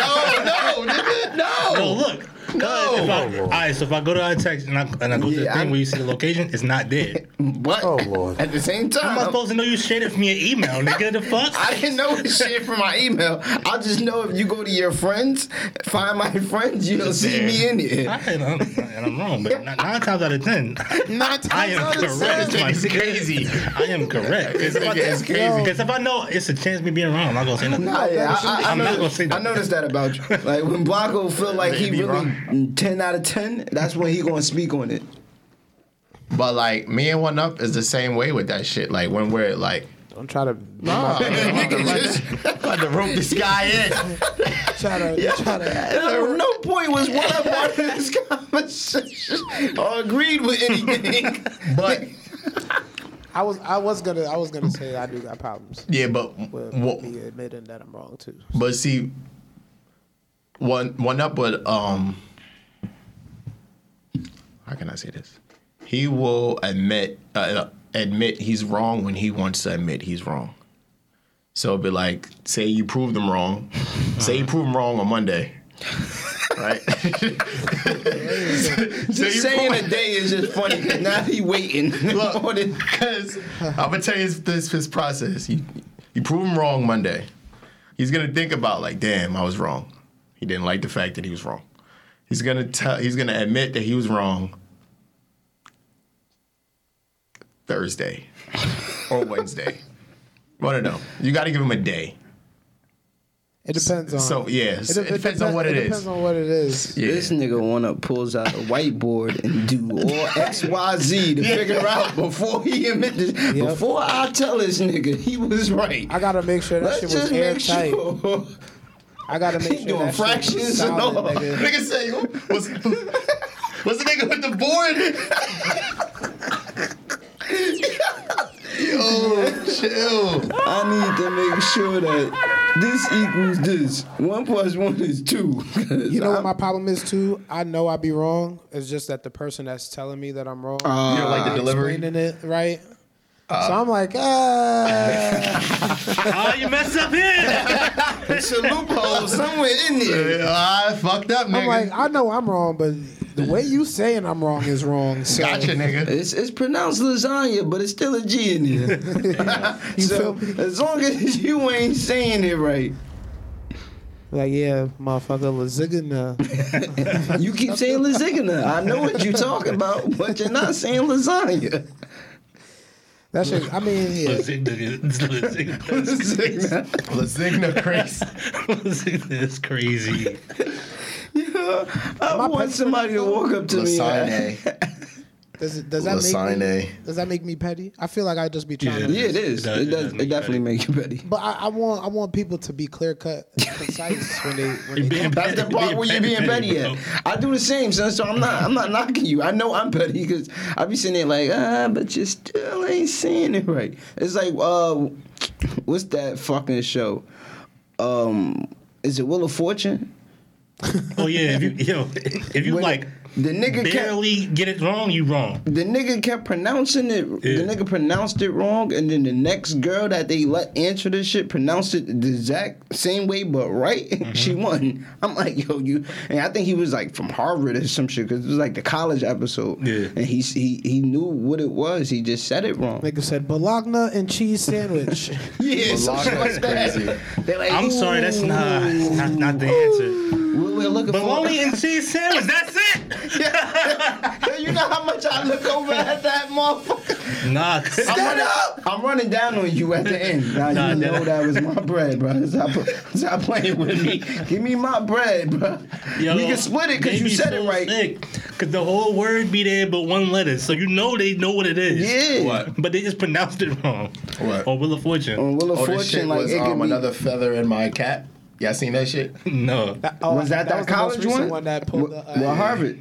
[SPEAKER 7] no, nigga, no.
[SPEAKER 3] No, look. 'Cause
[SPEAKER 7] No.
[SPEAKER 3] If I, all right, so if I go to our text and I, and I go to the
[SPEAKER 4] Yeah,
[SPEAKER 3] thing
[SPEAKER 4] I'm-
[SPEAKER 3] where you see the location, it's not there.
[SPEAKER 4] What?
[SPEAKER 6] Oh, Lord.
[SPEAKER 4] At the same
[SPEAKER 3] How am I
[SPEAKER 4] time,
[SPEAKER 3] supposed to know you shared it from your email, nigga? The fuck?
[SPEAKER 4] I didn't know this shit from my email. I just know if you go to your friends, find my friends, you'll see me in it.
[SPEAKER 3] I, and, I'm, and I'm wrong, but nine, nine times out of ten,
[SPEAKER 6] Nine
[SPEAKER 3] I
[SPEAKER 6] times
[SPEAKER 3] am
[SPEAKER 6] out of
[SPEAKER 3] correct.
[SPEAKER 6] ten.
[SPEAKER 3] My
[SPEAKER 7] It's
[SPEAKER 3] nigga.
[SPEAKER 7] crazy.
[SPEAKER 3] I am correct. Because if, I-
[SPEAKER 7] nigga is
[SPEAKER 3] 'cause
[SPEAKER 7] crazy.
[SPEAKER 3] if I know it's a chance of me being wrong, I'm not gonna say nothing.
[SPEAKER 4] Nah, yeah, I, I, I,
[SPEAKER 3] I'm not
[SPEAKER 4] noticed,
[SPEAKER 3] gonna say
[SPEAKER 4] I
[SPEAKER 3] that.
[SPEAKER 4] noticed that about you. Like when Blanco feel like he
[SPEAKER 7] They be
[SPEAKER 4] really
[SPEAKER 7] wrong.
[SPEAKER 4] ten out of ten, that's when he gonna speak on it.
[SPEAKER 7] But like me and one up is the same way with that shit. Like when we're *laughs* like,
[SPEAKER 6] Don't try to.
[SPEAKER 7] nah, nigga, *laughs* about to rope this guy in.
[SPEAKER 6] *laughs*
[SPEAKER 7] *laughs*
[SPEAKER 6] Try to. Try to.
[SPEAKER 4] At no point was one up *laughs* part of this conversation or agreed with
[SPEAKER 7] *laughs*
[SPEAKER 4] anything.
[SPEAKER 7] But
[SPEAKER 6] I was. I was gonna. I was gonna say I do got problems.
[SPEAKER 7] yeah, but
[SPEAKER 6] But
[SPEAKER 7] wha-
[SPEAKER 6] me admitting that I'm wrong too.
[SPEAKER 7] but see, one one up would um. How can I say this? He will admit uh, admit he's wrong when he wants to admit he's wrong. So it'd be like, say you prove them wrong. Say you prove them wrong on Monday. Right?
[SPEAKER 4] Just saying a day is just funny. 'cause Now he waiting.
[SPEAKER 8] *laughs*
[SPEAKER 7] Look, because I'm gonna tell you his, this his process. You, you prove him wrong Monday. He's gonna think about like, damn, I was wrong. He didn't like the fact that he was wrong. He's gonna tell. He's gonna admit that he was wrong.
[SPEAKER 8] *laughs*
[SPEAKER 7] Thursday or Wednesday. One of them. You got to give him a day.
[SPEAKER 6] It depends on.
[SPEAKER 8] So yeah, it,
[SPEAKER 6] dep-
[SPEAKER 8] depends on
[SPEAKER 6] depen-
[SPEAKER 8] what it
[SPEAKER 6] It depends
[SPEAKER 8] is.
[SPEAKER 6] on what it is.
[SPEAKER 8] Yeah.
[SPEAKER 4] This nigga wanna pulls out a whiteboard and do all X Y Z to figure out before he admit this. Before I tell this nigga, he was right.
[SPEAKER 6] I gotta make sure that
[SPEAKER 4] Let's
[SPEAKER 6] shit
[SPEAKER 4] just
[SPEAKER 6] was
[SPEAKER 4] make
[SPEAKER 6] airtight.
[SPEAKER 4] sure.
[SPEAKER 6] I gotta make
[SPEAKER 4] He
[SPEAKER 6] sure
[SPEAKER 4] doing
[SPEAKER 6] that shit was
[SPEAKER 4] fractions and
[SPEAKER 6] solid,
[SPEAKER 4] all.
[SPEAKER 7] *laughs*
[SPEAKER 6] nigga.
[SPEAKER 8] Nigga say, what's, what's the nigga with the board? Yo, chill.
[SPEAKER 4] I need to make sure that this equals this. One plus one is two. *laughs*
[SPEAKER 6] You know what my problem is too? I know I be wrong. It's just that the person that's telling me that I'm wrong,
[SPEAKER 8] You don't like Uh, the delivery? Uh.
[SPEAKER 6] explaining it right. so I'm like, ah.
[SPEAKER 3] oh, you messed up
[SPEAKER 4] *laughs*
[SPEAKER 3] here. *laughs*
[SPEAKER 4] It's a loophole
[SPEAKER 6] *laughs*
[SPEAKER 4] somewhere in there.
[SPEAKER 8] Yeah, I fucked up, nigga.
[SPEAKER 6] I'm like, I know I'm wrong, but the way you saying I'm wrong is wrong. So
[SPEAKER 8] gotcha, *laughs* nigga.
[SPEAKER 4] It's, it's pronounced lasagna, but it's still a G in
[SPEAKER 6] *laughs*
[SPEAKER 4] there. so as long as you ain't saying it right,
[SPEAKER 6] Like, yeah, motherfucker, lasagna.
[SPEAKER 4] you keep saying lasagna. I know what you talking about, but you're not saying lasagna.
[SPEAKER 6] That shit. I mean, yeah.
[SPEAKER 3] Lasagna
[SPEAKER 4] Lasagna.
[SPEAKER 8] Lasagna crazy. *laughs*
[SPEAKER 3] is crazy.
[SPEAKER 4] I want somebody to walk up to me. and-
[SPEAKER 8] Lasagna.
[SPEAKER 6] Does it, does that make me,
[SPEAKER 8] Lasagne.
[SPEAKER 6] Does that make me petty? I feel like I just be trying.
[SPEAKER 3] Yeah.
[SPEAKER 6] to,
[SPEAKER 4] Yeah, it is. It does. It, definitely make you petty.
[SPEAKER 6] But I, I want I want people to be clear cut, concise when they. When
[SPEAKER 3] You're
[SPEAKER 6] they
[SPEAKER 3] being
[SPEAKER 4] That's the
[SPEAKER 3] petty,
[SPEAKER 4] part where you're being petty
[SPEAKER 3] bro.
[SPEAKER 4] at. I do the same, son. So I'm not. I'm not knocking you. I know I'm petty because I be sitting there like, ah, but you still ain't saying it right. It's like, uh, what's that fucking show? Um, is it Wheel of Fortune?
[SPEAKER 3] Oh yeah, if you yo, if you
[SPEAKER 4] When
[SPEAKER 3] like
[SPEAKER 4] the nigga kept-
[SPEAKER 3] barely get it wrong, you wrong.
[SPEAKER 4] The nigga kept pronouncing it.
[SPEAKER 3] Yeah.
[SPEAKER 4] The nigga pronounced it wrong, and then the next girl that they let answer this shit pronounced it the exact same way, but right. *laughs*
[SPEAKER 3] Mm-hmm.
[SPEAKER 4] she won. I'm like, yo, you. And I think he was like from Harvard or some shit because it was like the college episode.
[SPEAKER 3] Yeah.
[SPEAKER 4] And he he he knew what it was. He just said it wrong.
[SPEAKER 6] Nigga said bologna and cheese sandwich.
[SPEAKER 4] yeah, some shit like that. They're like,
[SPEAKER 3] I'm sorry, that's not not, not the answer.
[SPEAKER 4] We're, we're looking
[SPEAKER 3] Bologna and cheese sandwich. That's it.
[SPEAKER 4] for. *laughs* you know how much I look over at that motherfucker.
[SPEAKER 3] Nah,
[SPEAKER 4] I'm running, I'm running down on you at the end. Now
[SPEAKER 3] Nah,
[SPEAKER 4] you
[SPEAKER 3] that-
[SPEAKER 4] know that was my bread, bro. Stop, stop playing with me. Give me my bread, bro. we can split it because you said it right.
[SPEAKER 3] Because the whole word be there, but one letter, so you know they know what it is.
[SPEAKER 4] Yeah.
[SPEAKER 8] What?
[SPEAKER 3] But they just pronounced it wrong.
[SPEAKER 8] What?
[SPEAKER 3] Or Wheel of Fortune.
[SPEAKER 4] On Wheel of
[SPEAKER 8] Oh, this shit
[SPEAKER 4] Fortune, like
[SPEAKER 8] was
[SPEAKER 4] it could
[SPEAKER 8] um,
[SPEAKER 4] be.
[SPEAKER 8] another feather in my cap. Y'all seen that shit?
[SPEAKER 3] No.
[SPEAKER 6] Oh,
[SPEAKER 4] was that that,
[SPEAKER 6] was the most
[SPEAKER 4] college
[SPEAKER 6] recent
[SPEAKER 4] one?
[SPEAKER 6] that pulled
[SPEAKER 4] Well,
[SPEAKER 6] the, uh,
[SPEAKER 4] well, Harvard.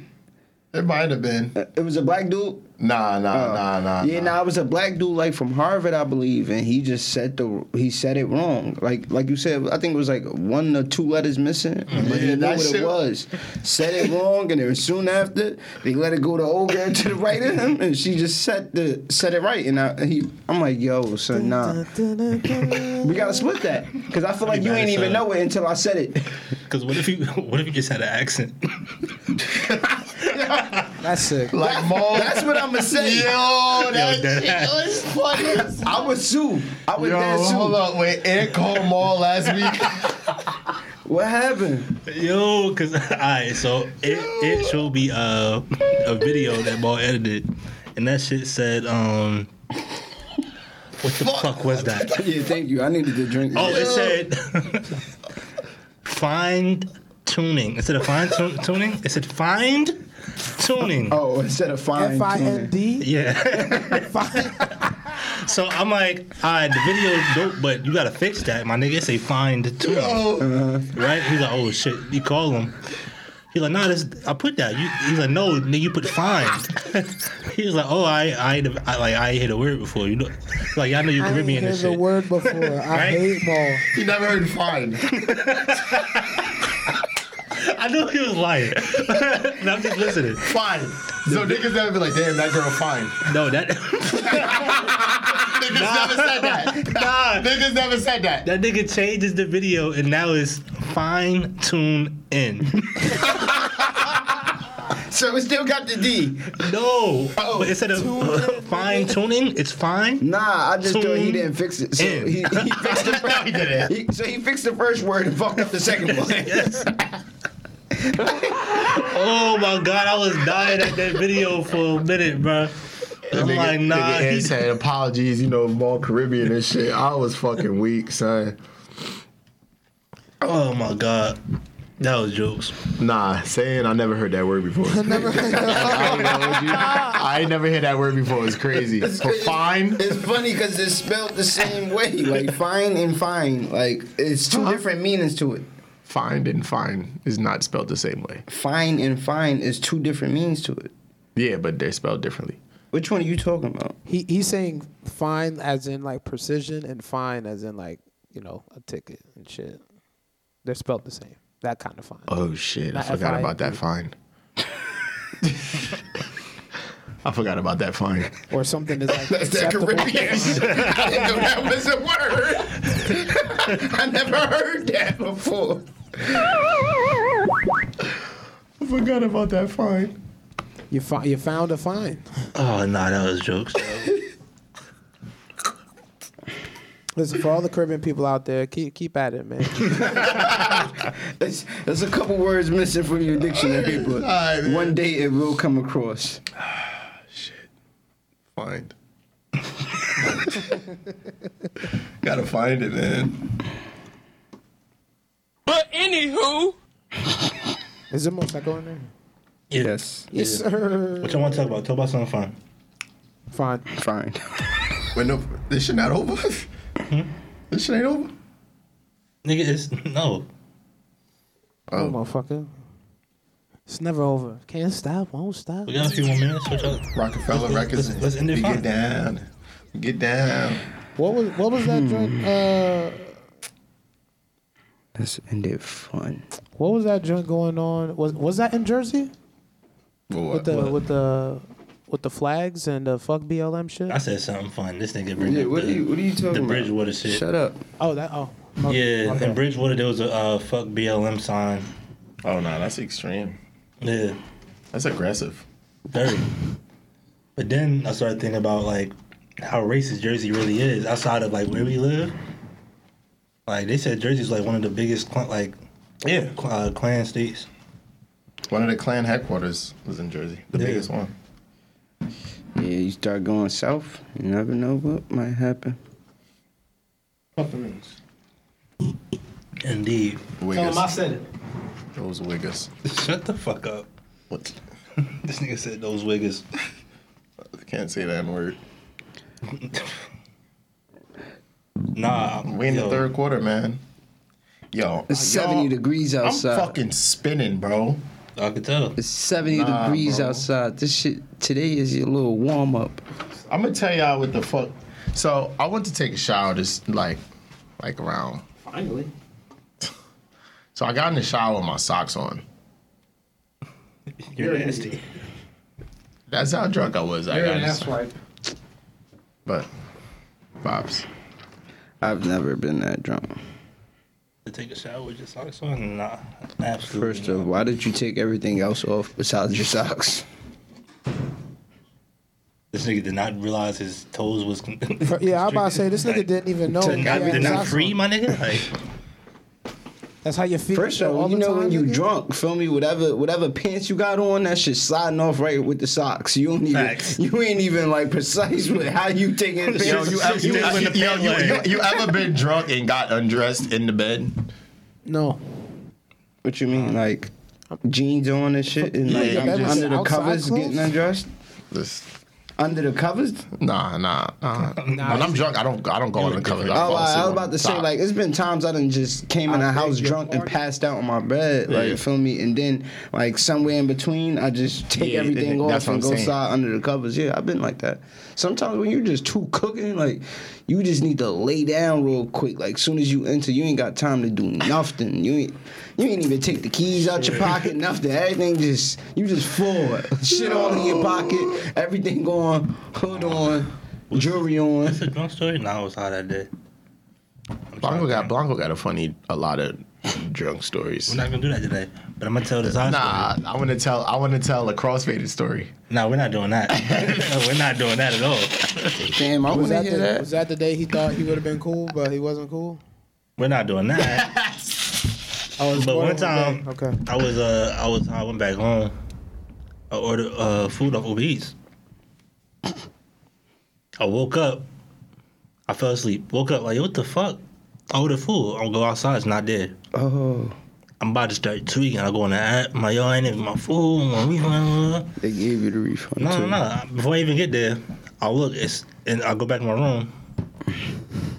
[SPEAKER 8] It might have been.
[SPEAKER 4] It was a black dude.
[SPEAKER 8] Nah, nah, nah, nah.
[SPEAKER 4] Uh, oh. yeah, nah, it was a black dude like from Harvard, I believe, and he just said the he said it wrong. Like like you said, I think it was like one or two letters missing, but he
[SPEAKER 8] Yeah,
[SPEAKER 4] knew
[SPEAKER 8] that
[SPEAKER 4] what
[SPEAKER 8] shit-
[SPEAKER 4] it was. Said it wrong, and then soon after they let it go to old girl to the right of him, and she just said the said it right, and I and he I'm like yo, so nah, we gotta split that because I feel like you
[SPEAKER 3] mad
[SPEAKER 4] ain't
[SPEAKER 3] as
[SPEAKER 4] even
[SPEAKER 3] hell.
[SPEAKER 4] know it until I said it.
[SPEAKER 3] Because what if you *laughs* what if you just had an accent?
[SPEAKER 6] *laughs*
[SPEAKER 3] *laughs*
[SPEAKER 6] That's sick.
[SPEAKER 8] Like Maul.
[SPEAKER 4] That's what I'ma say.
[SPEAKER 8] *laughs* Yo, that,
[SPEAKER 3] Yo, that-
[SPEAKER 8] shit was funny. *laughs* as
[SPEAKER 4] I would sue. I would
[SPEAKER 8] Yo,
[SPEAKER 4] then sue.
[SPEAKER 8] hold up. Wait, Eric called Maul last *laughs* week.
[SPEAKER 4] What happened?
[SPEAKER 3] Yo, because *laughs* alright, so it it showed me uh, a video that Ball edited, and that shit said um, what the fuck was that?
[SPEAKER 4] Yeah, thank you. I needed to drink.
[SPEAKER 3] Oh, it said fine tuning instead of fine tu- tuning. It said find tuning.
[SPEAKER 4] Oh, instead of fine.
[SPEAKER 6] F I N D.
[SPEAKER 3] Yeah. *laughs* so I'm like, all right, the video is dope, but you gotta fix that, my nigga. It say find tuning, right? He's like, oh shit, you call him. He's like, nah, this, I put that. You, he's like, no, nigga, you put find. *laughs* he was like, oh, I, I, ain't- I, like, I ain't heard a word before. You know, like, y'all know you
[SPEAKER 6] I ain't
[SPEAKER 3] Caribbean
[SPEAKER 6] heard
[SPEAKER 3] and
[SPEAKER 6] the
[SPEAKER 3] shit.
[SPEAKER 6] word before. I
[SPEAKER 3] Right?
[SPEAKER 6] hate more.
[SPEAKER 8] You never heard fine.
[SPEAKER 3] *laughs* I knew he was lying. *laughs* and I'm just listening.
[SPEAKER 8] Fine. So niggas never be like, damn, that girl fine.
[SPEAKER 3] No, that, *laughs*
[SPEAKER 8] *laughs* Niggas never said *laughs* that.
[SPEAKER 3] nah.
[SPEAKER 8] Niggas never said that.
[SPEAKER 3] That nigga changes the video and now it's fine tune
[SPEAKER 8] *laughs*
[SPEAKER 3] in.
[SPEAKER 4] So it still got the D.
[SPEAKER 3] No,
[SPEAKER 8] Oh,
[SPEAKER 3] but instead of fine tuning, it's fine.
[SPEAKER 4] Nah, I just thought he
[SPEAKER 3] Tune
[SPEAKER 4] didn't fix it. So
[SPEAKER 3] in.
[SPEAKER 4] he, he fixed the
[SPEAKER 8] No, he
[SPEAKER 4] first.
[SPEAKER 8] didn't.
[SPEAKER 4] He, so he fixed the first word and fucked up the second one.
[SPEAKER 8] *laughs*
[SPEAKER 3] Oh my god, I was dying at that video for a minute, bro. I'm like, nah,
[SPEAKER 8] nigga
[SPEAKER 3] he,
[SPEAKER 8] Ed said apologies, you know, more Caribbean and shit. I was fucking weak, son.
[SPEAKER 3] Oh my god, that was jokes.
[SPEAKER 7] Nah, saying I never heard that word before. I *laughs* never heard
[SPEAKER 6] *laughs*
[SPEAKER 7] that. I ain't never heard that word before. It's crazy. Fine.
[SPEAKER 4] It's funny because it's spelled the same way, like fine and fine. Like it's two different meanings to it.
[SPEAKER 7] Find and fine is not spelled the same way.
[SPEAKER 4] Fine and fine is two different meanings to it.
[SPEAKER 7] Yeah, but they're spelled differently.
[SPEAKER 4] Which one are you talking about?
[SPEAKER 6] He he's saying fine as in like precision and fine as in like you know a ticket and shit. They're spelled the same. That kind of fine.
[SPEAKER 7] Oh shit! I
[SPEAKER 6] Not
[SPEAKER 7] forgot
[SPEAKER 6] F-I-N-E.
[SPEAKER 7] about that fine. *laughs* I forgot about that fine.
[SPEAKER 6] Or something is like acceptable.
[SPEAKER 7] I *laughs* didn't know that was a word. *laughs* I never heard that before. I forgot about that fine.
[SPEAKER 6] You fi- you found a fine.
[SPEAKER 3] Oh nah, that was
[SPEAKER 8] *laughs*
[SPEAKER 3] jokes.
[SPEAKER 6] Listen for all the Caribbean people out there. Keep keep at it, man.
[SPEAKER 4] There's, there's a couple words missing from your dictionary, but
[SPEAKER 7] Alright, man.
[SPEAKER 4] one day it will come across.
[SPEAKER 7] Find. *laughs* Gotta find it, man.
[SPEAKER 5] But anywho,
[SPEAKER 6] Is there Mosaico in there?
[SPEAKER 3] yes.
[SPEAKER 6] Yes, sir.
[SPEAKER 3] What y'all want to talk about? Talk about something fun.
[SPEAKER 6] Fine.
[SPEAKER 4] Fine.
[SPEAKER 7] Wait, no, this shit not over. *laughs* This shit ain't over.
[SPEAKER 3] Nigga, it's no.
[SPEAKER 6] Oh, motherfucker. It's never over. Can't stop. Won't stop.
[SPEAKER 3] We got a few more minutes. What y'all?
[SPEAKER 7] Rockefeller Records.
[SPEAKER 3] let's- let's end it
[SPEAKER 7] we
[SPEAKER 3] fine.
[SPEAKER 7] get down. We Get down.
[SPEAKER 6] What was what was that
[SPEAKER 3] Hmm.
[SPEAKER 6] joint? Uh,
[SPEAKER 4] Let's end it fun.
[SPEAKER 6] what was that joint going on? Was was that in Jersey with the with the with the flags and the fuck BLM shit?
[SPEAKER 3] I said something fun. This nigga bring
[SPEAKER 4] Yeah,
[SPEAKER 3] up
[SPEAKER 4] what
[SPEAKER 3] the,
[SPEAKER 4] are you what are you talking
[SPEAKER 3] the
[SPEAKER 4] about?
[SPEAKER 3] Bridgewater shit.
[SPEAKER 4] Shut up.
[SPEAKER 6] Oh, that oh. my-
[SPEAKER 3] Yeah,
[SPEAKER 6] my
[SPEAKER 3] in
[SPEAKER 6] bad.
[SPEAKER 3] Bridgewater there was a uh, fuck BLM sign.
[SPEAKER 7] Oh no, that's extreme.
[SPEAKER 3] Yeah,
[SPEAKER 7] That's aggressive.
[SPEAKER 3] very. But then I started thinking about like how racist Jersey really is outside of like where we live. Like they said, Jersey's like one of the biggest cl- like
[SPEAKER 7] Yeah.
[SPEAKER 3] cl- uh, Klan states.
[SPEAKER 7] One of the Klan headquarters was in Jersey, the
[SPEAKER 3] Yeah.
[SPEAKER 7] biggest one.
[SPEAKER 4] Yeah, you start going south, you never know what might happen.
[SPEAKER 3] Indeed.
[SPEAKER 7] Wiggers.
[SPEAKER 6] said it.
[SPEAKER 7] Those Wiggers.
[SPEAKER 3] Shut the fuck up.
[SPEAKER 7] What?
[SPEAKER 3] This nigga said those wiggers.
[SPEAKER 7] I can't say that word.
[SPEAKER 3] Nah,
[SPEAKER 7] We in
[SPEAKER 3] yo,
[SPEAKER 7] the third quarter, man. Yo,
[SPEAKER 4] It's
[SPEAKER 7] y'all-
[SPEAKER 4] 70 degrees
[SPEAKER 7] I'm
[SPEAKER 4] outside.
[SPEAKER 7] fucking spinning, bro.
[SPEAKER 3] I could tell.
[SPEAKER 4] It's 70
[SPEAKER 7] Nah,
[SPEAKER 4] degrees
[SPEAKER 7] bro.
[SPEAKER 4] outside. This shit today is your little warm up.
[SPEAKER 7] I'm gonna tell y'all what the fuck. So I went to take a shower this like, like around. Finally. *laughs* So I got in the shower with my socks on.
[SPEAKER 3] You're nasty.
[SPEAKER 7] That's how drunk I was. I got in the shower. But, pops.
[SPEAKER 4] I've never been that drunk.
[SPEAKER 3] To take a shower with your socks on? Nah, absolutely.
[SPEAKER 4] First of all, why did you take everything else off besides your socks?
[SPEAKER 3] This nigga did not realize his toes was. *laughs*
[SPEAKER 6] Yeah, I'm about to say this nigga didn't even know. he
[SPEAKER 3] Not,
[SPEAKER 6] had
[SPEAKER 3] they're not
[SPEAKER 6] socks
[SPEAKER 3] free,
[SPEAKER 6] on.
[SPEAKER 3] my nigga. Like,
[SPEAKER 6] That's how you feel.
[SPEAKER 4] *laughs* First of all, you
[SPEAKER 6] the
[SPEAKER 4] know when
[SPEAKER 6] time,
[SPEAKER 4] you
[SPEAKER 6] nigga?
[SPEAKER 4] drunk, feel me? Whatever whatever pants you got on, that shit sliding off right with the socks. You don't even
[SPEAKER 3] Facts.
[SPEAKER 4] you ain't even like precise with how you taking the
[SPEAKER 7] Yo, you, ever- you,
[SPEAKER 3] Still in the
[SPEAKER 7] yo,
[SPEAKER 3] bed
[SPEAKER 7] you-
[SPEAKER 3] leg.
[SPEAKER 7] you- you ever been drunk and got undressed in the bed?
[SPEAKER 6] No.
[SPEAKER 4] What you
[SPEAKER 6] Uh-huh.
[SPEAKER 4] mean, like jeans on and shit, and like
[SPEAKER 7] Yeah,
[SPEAKER 4] I'm
[SPEAKER 7] I'm
[SPEAKER 4] under the
[SPEAKER 6] outside
[SPEAKER 4] covers
[SPEAKER 6] clothes?
[SPEAKER 4] getting undressed?
[SPEAKER 7] This,
[SPEAKER 4] Under the covers?
[SPEAKER 7] nah, nah, nah. When I'm drunk, I don't, I don't go on the cover.
[SPEAKER 4] Oh, I, I was about to say, like, it's been times I done just came in
[SPEAKER 6] I
[SPEAKER 4] the
[SPEAKER 6] beg
[SPEAKER 4] house
[SPEAKER 6] your
[SPEAKER 4] drunk and
[SPEAKER 6] pardon?
[SPEAKER 4] passed out on my bed, like,
[SPEAKER 7] Yeah.
[SPEAKER 4] feel me? And then, like, somewhere in between, I just take
[SPEAKER 7] Yeah,
[SPEAKER 4] everything
[SPEAKER 7] th- th-
[SPEAKER 4] off
[SPEAKER 7] *laughs* that's what
[SPEAKER 4] and
[SPEAKER 7] I'm
[SPEAKER 4] go
[SPEAKER 7] saying.
[SPEAKER 4] side under the covers. Yeah, I've been like that. Sometimes when you're just too cooking, like, you just need to lay down real quick. Like, soon as you enter, you ain't got time to do nothing. You ain't, you ain't even take the keys out your pocket,
[SPEAKER 7] *laughs*
[SPEAKER 4] nothing. Everything just, you just forward. Shit all in your pocket, everything going, hood on, jewelry on.
[SPEAKER 3] it's a drunk story. Nah, I was high that day. I'm trying
[SPEAKER 7] Blanco
[SPEAKER 3] to
[SPEAKER 7] got
[SPEAKER 3] think.
[SPEAKER 7] Blanco got a funny, a lot of drunk stories.
[SPEAKER 3] We're not gonna do that today. But I'm gonna tell this high nah.
[SPEAKER 7] Nah, I want to tell, I want to tell a crossfaded story.
[SPEAKER 3] Nah, we're not doing that. *laughs* we're not doing that at all.
[SPEAKER 4] Damn, I
[SPEAKER 6] Was
[SPEAKER 4] want to
[SPEAKER 6] that,
[SPEAKER 4] hear
[SPEAKER 6] the,
[SPEAKER 4] that.
[SPEAKER 6] was that the day he thought he would have been cool, but he wasn't cool?
[SPEAKER 3] We're not doing that.
[SPEAKER 6] Oh, it's
[SPEAKER 3] But
[SPEAKER 6] more
[SPEAKER 3] one
[SPEAKER 6] than day.
[SPEAKER 3] time,
[SPEAKER 6] Okay.
[SPEAKER 3] I was uh, I was I went back home. I ordered uh, food off Uber Eats. I woke up. I fell asleep. Woke up like, what the fuck? Oh, the fool. I'll go outside. It's not there.
[SPEAKER 4] Oh,
[SPEAKER 3] I'm about to start tweaking. I go on the app. My yo, I ain't even my fool. My uh, refund.
[SPEAKER 4] they gave you the refund.
[SPEAKER 3] No, no,
[SPEAKER 4] too.
[SPEAKER 3] no. Before I even get there, I'll look. It's and I'll go back to my room.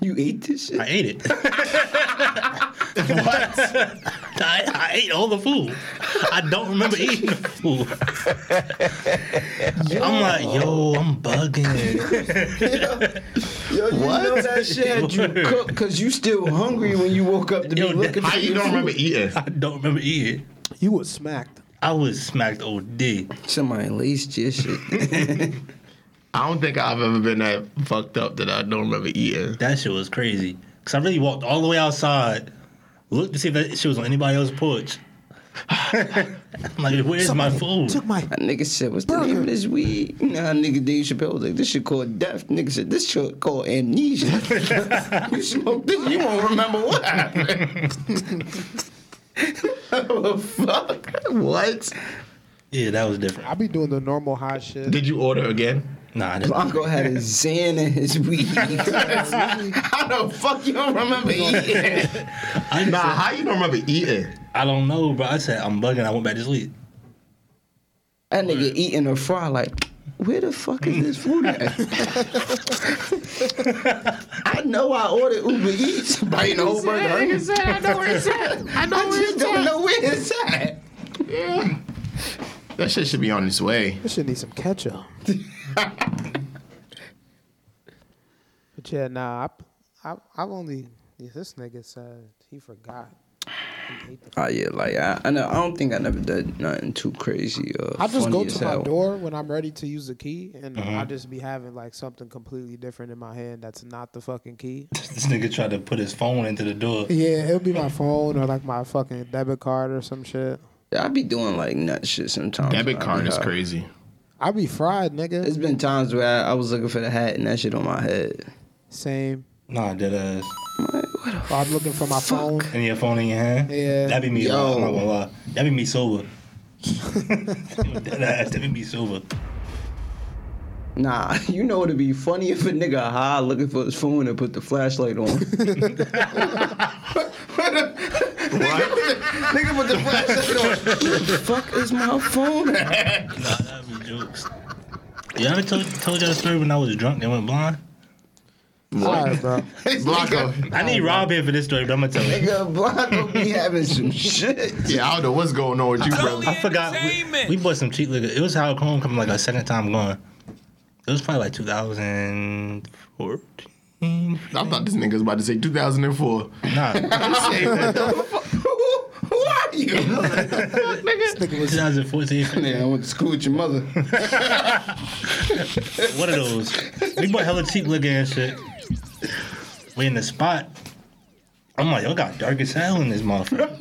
[SPEAKER 4] You ate this shit?
[SPEAKER 3] I ate it. what? *laughs* I, I ate all the food. I don't remember eating the food. I'm like, yo, I'm bugging.
[SPEAKER 4] Yo, you know that shit
[SPEAKER 3] *laughs*
[SPEAKER 4] had you cooked because you still hungry when you woke up to be
[SPEAKER 3] Yo,
[SPEAKER 4] looking
[SPEAKER 3] how
[SPEAKER 4] for
[SPEAKER 8] You
[SPEAKER 4] your
[SPEAKER 8] don't
[SPEAKER 4] food.
[SPEAKER 8] remember
[SPEAKER 7] *laughs*
[SPEAKER 8] eating.
[SPEAKER 3] I don't remember eating.
[SPEAKER 6] You was smacked.
[SPEAKER 3] I was smacked OD.
[SPEAKER 4] Somebody laced your shit.
[SPEAKER 8] I don't think I've ever been that fucked up that I don't remember eating.
[SPEAKER 3] That shit was crazy. Cause I really walked all the way outside, looked to see if that shit was on anybody else's porch. *laughs* I'm like, where's my food?
[SPEAKER 6] Took my.
[SPEAKER 4] That nigga said, "What's the name of this weed?" Nah, nigga, Dave Chappelle was like, "This shit called death." Nigga said, "This shit called amnesia."
[SPEAKER 3] *laughs*
[SPEAKER 4] *laughs* you smoke this, you won't remember what
[SPEAKER 7] *laughs*
[SPEAKER 4] happened. oh fuck! What?
[SPEAKER 3] Yeah, that was different.
[SPEAKER 6] I be doing the normal hot shit.
[SPEAKER 8] Did you order again?
[SPEAKER 3] Nah, I didn't.
[SPEAKER 4] Blanco had his Xan and his
[SPEAKER 3] *laughs*
[SPEAKER 4] weed. How the fuck you don't
[SPEAKER 7] *laughs*
[SPEAKER 4] remember eating?
[SPEAKER 3] I, just
[SPEAKER 8] Nah,
[SPEAKER 3] said,
[SPEAKER 8] how you don't remember eating?
[SPEAKER 3] I don't know, bro. I said I'm bugging. I went back to sleep.
[SPEAKER 4] That nigga eating a fry like, where the fuck is this food
[SPEAKER 8] *laughs*
[SPEAKER 4] at? I know I ordered Uber Eats, biting a whole burger. I just
[SPEAKER 8] I know where it's at. Hmm. I know
[SPEAKER 4] don't know where it's at.
[SPEAKER 8] That shit should be on its way.
[SPEAKER 6] This should need some ketchup. *laughs* but yeah, nah, I, I, I've only. Yeah, this nigga said he forgot. He ate the
[SPEAKER 4] Oh yeah, like I, I, know, I don't think I never did nothing too crazy. Uh,
[SPEAKER 6] I just
[SPEAKER 4] funny
[SPEAKER 6] go
[SPEAKER 4] as
[SPEAKER 6] to my
[SPEAKER 4] hell.
[SPEAKER 6] door when I'm ready to use the key, and I just be having like something completely different in my hand that's not the fucking key.
[SPEAKER 3] This nigga tried to put his phone into the door.
[SPEAKER 6] *laughs* Yeah, it'll be my phone or like my fucking debit card or some shit.
[SPEAKER 4] I be doing like nut shit sometimes. I
[SPEAKER 8] Debit
[SPEAKER 4] be
[SPEAKER 8] card is
[SPEAKER 4] high.
[SPEAKER 8] crazy.
[SPEAKER 6] I be fried, nigga.
[SPEAKER 4] It's been times where I, I was looking for the hat and that shit on my head.
[SPEAKER 6] Same.
[SPEAKER 3] Nah, dead ass.
[SPEAKER 6] Or I'm looking for my phone.
[SPEAKER 3] And your phone in your hand.
[SPEAKER 6] Yeah.
[SPEAKER 3] That'd be me.
[SPEAKER 4] Yo.
[SPEAKER 3] I'm not gonna lie. That'd be me
[SPEAKER 4] *laughs*
[SPEAKER 3] sober. dead ass. That'd be me sober.
[SPEAKER 4] Nah, *laughs* you know it'd be funny if a nigga high looking for his phone and put the flashlight
[SPEAKER 6] *laughs*
[SPEAKER 4] on. Nigga put the flashlight on. Where the fuck is my phone? at? *laughs*
[SPEAKER 3] Nah, that'd be jokes. You ever told told y'all the story when I was drunk and went blind?
[SPEAKER 6] Sorry, *laughs* bro.
[SPEAKER 8] Blanco.
[SPEAKER 3] I need Rob here for this story, but I'm gonna tell you.
[SPEAKER 4] Oh, Nigga, Blanco be having some shit.
[SPEAKER 8] Yeah, I don't know what's going on with you, bro.
[SPEAKER 3] I forgot. We, we bought some cheap liquor. It was Howard Chrome coming like our second time going. It was probably like 2014.
[SPEAKER 8] I thought this nigga was about to say *laughs* 2004.
[SPEAKER 3] Nah,
[SPEAKER 4] Who, who are
[SPEAKER 8] *laughs*
[SPEAKER 4] you?
[SPEAKER 6] Nigga was
[SPEAKER 3] 2014.
[SPEAKER 4] *laughs* Yeah, I went to school with your mother.
[SPEAKER 3] *laughs* One of those. We bought hella cheap liquor and shit. We in the spot. I'm like, y'all got dark as hell in this motherfucker.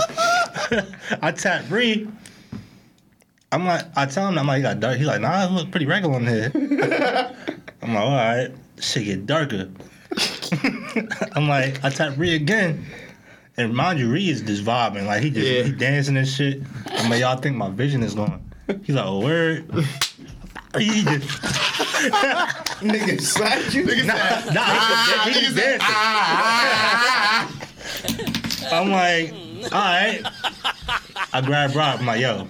[SPEAKER 3] *laughs* I tap Bree. I'm like, I tell him, I'm like, you got dark. He's like, nah, it look pretty regular in here. *laughs* I'm like, all right, shit get darker. *laughs* I'm like, I tap Bree again. And mind you, Ree is just vibing. Like, he just
[SPEAKER 8] Yeah.
[SPEAKER 3] he dancing and shit. I'm like, y'all think my vision is gone. He's like, oh, word. *laughs* He just,
[SPEAKER 4] Nigga slapped you.
[SPEAKER 8] Nigga said,
[SPEAKER 3] nah,
[SPEAKER 8] ah,
[SPEAKER 3] he, he
[SPEAKER 8] nigga
[SPEAKER 3] just
[SPEAKER 8] said,
[SPEAKER 3] dancing.
[SPEAKER 8] ah, ah,
[SPEAKER 3] I'm like, all right. I grab Rob. I'm like, yo,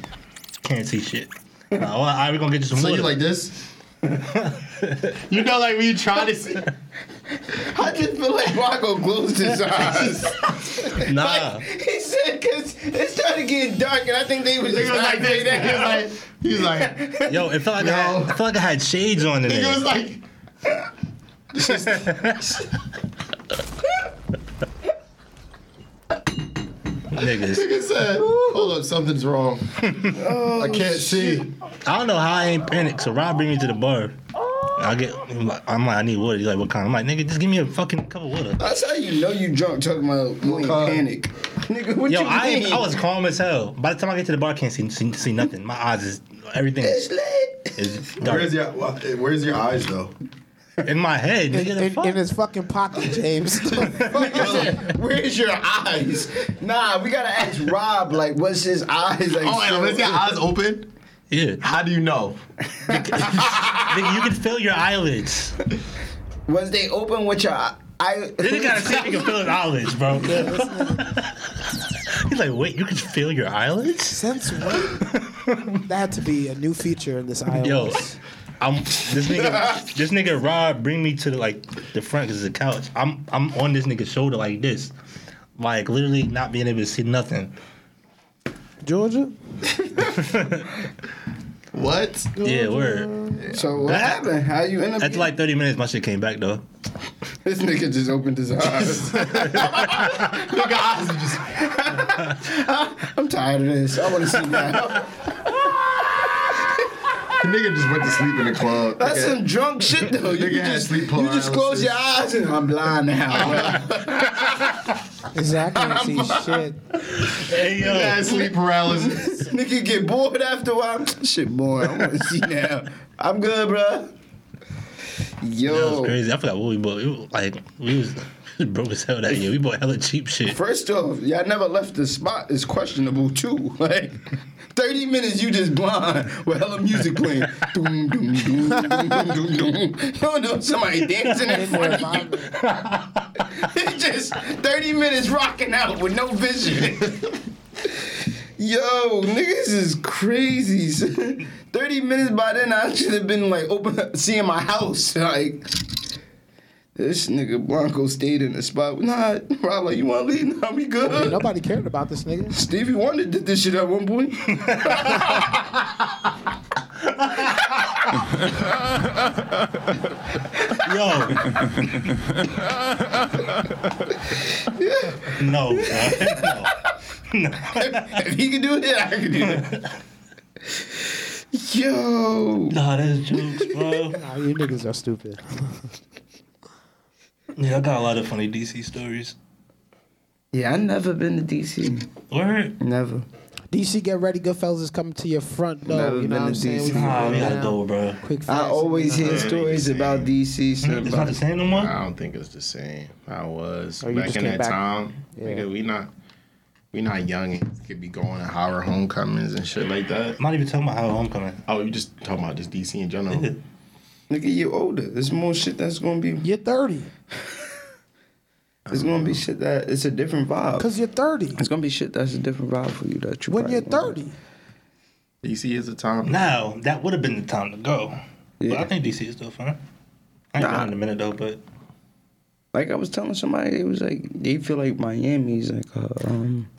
[SPEAKER 3] can't see shit. I'm Like, all right, we're gonna get you some
[SPEAKER 8] ah. So
[SPEAKER 3] water.
[SPEAKER 8] you like this? you know, like when you try *laughs* to see.
[SPEAKER 4] I just feel like Blanco closed his eyes.
[SPEAKER 3] nah,
[SPEAKER 4] *laughs* he said, because it started getting dark and I think they was
[SPEAKER 8] Nigga was
[SPEAKER 4] just
[SPEAKER 8] like this. Nigga was like, he was like,
[SPEAKER 3] yo, it felt like I, had,
[SPEAKER 8] Yo.
[SPEAKER 3] I felt like I had shades on today.
[SPEAKER 8] nigga was like.
[SPEAKER 3] Niggas,
[SPEAKER 8] Nigga said, hold up, something's wrong.
[SPEAKER 4] Oh,
[SPEAKER 8] I can't see.
[SPEAKER 3] I don't know how I ain't panicked. So Rob bring me to the bar. I get, I'm like, I'm like, I need water. He's like, what kind? I'm like, nigga, just give me a fucking cup of water.
[SPEAKER 4] That's how you know you drunk talking about you ain't panic. Nigga, what
[SPEAKER 3] Yo,
[SPEAKER 4] you
[SPEAKER 3] I
[SPEAKER 4] mean?
[SPEAKER 3] I was calm as hell. By the time I get to the bar, I can't see see, see nothing. My eyes is everything
[SPEAKER 4] It's
[SPEAKER 3] is, is
[SPEAKER 4] lit.
[SPEAKER 3] dark
[SPEAKER 9] Where's your Where's your eyes though?
[SPEAKER 4] *laughs*
[SPEAKER 3] in my head. Nigga,
[SPEAKER 6] in,
[SPEAKER 3] the
[SPEAKER 6] in-
[SPEAKER 3] fuck?
[SPEAKER 6] in his fucking pocket, *laughs* James.
[SPEAKER 4] Nigga said, Where's your eyes? Nah, we gotta ask Rob, like, what's his eyes? Like,
[SPEAKER 8] Oh, and was your eyes open?
[SPEAKER 3] yeah,
[SPEAKER 6] *laughs*
[SPEAKER 8] How do you know?
[SPEAKER 3] nigga, you can feel your eyelids.
[SPEAKER 4] was they open with your
[SPEAKER 7] I
[SPEAKER 3] Then he got to see if he can feel his eyelids, bro. *laughs* He's like, wait, you can feel your eyelids?
[SPEAKER 6] Since when? that had to be a new feature in this iOS.
[SPEAKER 3] Yo, I'm this nigga. this nigga Rob bring me to the, like the front because the couch. I'm I'm on this nigga's shoulder like this, like literally not being able to see nothing.
[SPEAKER 6] Georgia?
[SPEAKER 4] What?
[SPEAKER 3] Yeah,
[SPEAKER 6] Mm-hmm.
[SPEAKER 3] word.
[SPEAKER 7] so what
[SPEAKER 3] That-
[SPEAKER 7] happened? How you end up?
[SPEAKER 3] After like 30 minutes, my shit came back though.
[SPEAKER 7] this nigga just opened
[SPEAKER 10] *laughs*
[SPEAKER 7] his eyes.
[SPEAKER 4] Nigga, eyes just
[SPEAKER 7] *laughs* I'm tired of this. I want to see that.
[SPEAKER 10] The nigga just went to sleep in the club.
[SPEAKER 7] That's
[SPEAKER 10] Nigga-
[SPEAKER 7] some drunk shit though. You
[SPEAKER 10] Nigga had
[SPEAKER 7] just
[SPEAKER 10] sleep
[SPEAKER 7] you just
[SPEAKER 10] paralysis.
[SPEAKER 7] close your eyes and I'm blind now.
[SPEAKER 6] Exactly. I can't see shit.
[SPEAKER 3] Hey yo,
[SPEAKER 10] Nigga had sleep paralysis.
[SPEAKER 7] *laughs* Nigga get bored after a while. Shit bored. I want to see now. I'm good, bro.
[SPEAKER 3] that was
[SPEAKER 7] Yo,
[SPEAKER 3] crazy. I forgot what we bought. It was, like we was, *laughs* we was broke as hell that year. We bought hella cheap shit.
[SPEAKER 7] first off, y'all never left the spot is questionable too. *laughs* Like. 30 minutes, you just blind with hella music playing. doom, doom, doom, doom, doom, doom, doom. *laughs* You don't know somebody dancing in front of you. *laughs* It's just 30 minutes rocking out with no vision. *laughs* Yo, niggas is crazy. *laughs* son. 30 minutes by then, I should have been like open, *laughs* seeing my house. *laughs* Like, this nigga Blanco stayed in the spot. Nah, Rob, like, you want to leave? Nah, we good.
[SPEAKER 6] Nobody cared about this nigga.
[SPEAKER 7] Stevie Wonder did this shit at one point.
[SPEAKER 3] Yo. no, bro. *laughs*
[SPEAKER 7] if he can do it, I can do it. Yo,
[SPEAKER 3] Nah, that's jokes, bro.
[SPEAKER 6] Nah, you niggas are stupid.
[SPEAKER 3] Yeah, I got a lot of funny DC stories.
[SPEAKER 7] yeah, I never been to DC.
[SPEAKER 3] Word?
[SPEAKER 7] Never.
[SPEAKER 6] DC, get ready. Goodfellas is coming to your front door.
[SPEAKER 7] Never
[SPEAKER 6] you know
[SPEAKER 7] been
[SPEAKER 6] what I'm
[SPEAKER 7] to
[SPEAKER 6] saying?
[SPEAKER 7] DC.
[SPEAKER 6] We can
[SPEAKER 3] Nah,
[SPEAKER 6] go
[SPEAKER 3] we gotta
[SPEAKER 6] down
[SPEAKER 3] go, bro.
[SPEAKER 6] Quick
[SPEAKER 7] I
[SPEAKER 6] fast.
[SPEAKER 7] always hear stories about DC. so
[SPEAKER 3] It's not the same no more?
[SPEAKER 4] I don't think it's the same. I was
[SPEAKER 6] Oh, you
[SPEAKER 4] back
[SPEAKER 6] just
[SPEAKER 4] in
[SPEAKER 6] came
[SPEAKER 4] that
[SPEAKER 6] back.
[SPEAKER 4] time. Nigga, we not we not young and could be going to our homecomings and shit like that.
[SPEAKER 3] I'm not even talking about how homecoming.
[SPEAKER 4] Oh, you just talking about this DC in general.
[SPEAKER 7] Nigga, you older. There's more shit that's gonna be.
[SPEAKER 6] You're 30.
[SPEAKER 7] It's gonna be shit that it's a different vibe.
[SPEAKER 6] Because you're 30.
[SPEAKER 7] It's gonna be shit that's a different vibe for you that you.
[SPEAKER 6] When you're
[SPEAKER 7] probably won't
[SPEAKER 6] 30.
[SPEAKER 4] DC is the time.
[SPEAKER 3] Now, that would have been the time to go. But
[SPEAKER 7] Yeah.
[SPEAKER 3] I think DC is still fun. I ain't
[SPEAKER 7] Nah.
[SPEAKER 3] been in a minute though, but
[SPEAKER 7] Like I was telling somebody, it was like they feel like Miami's like uh, um,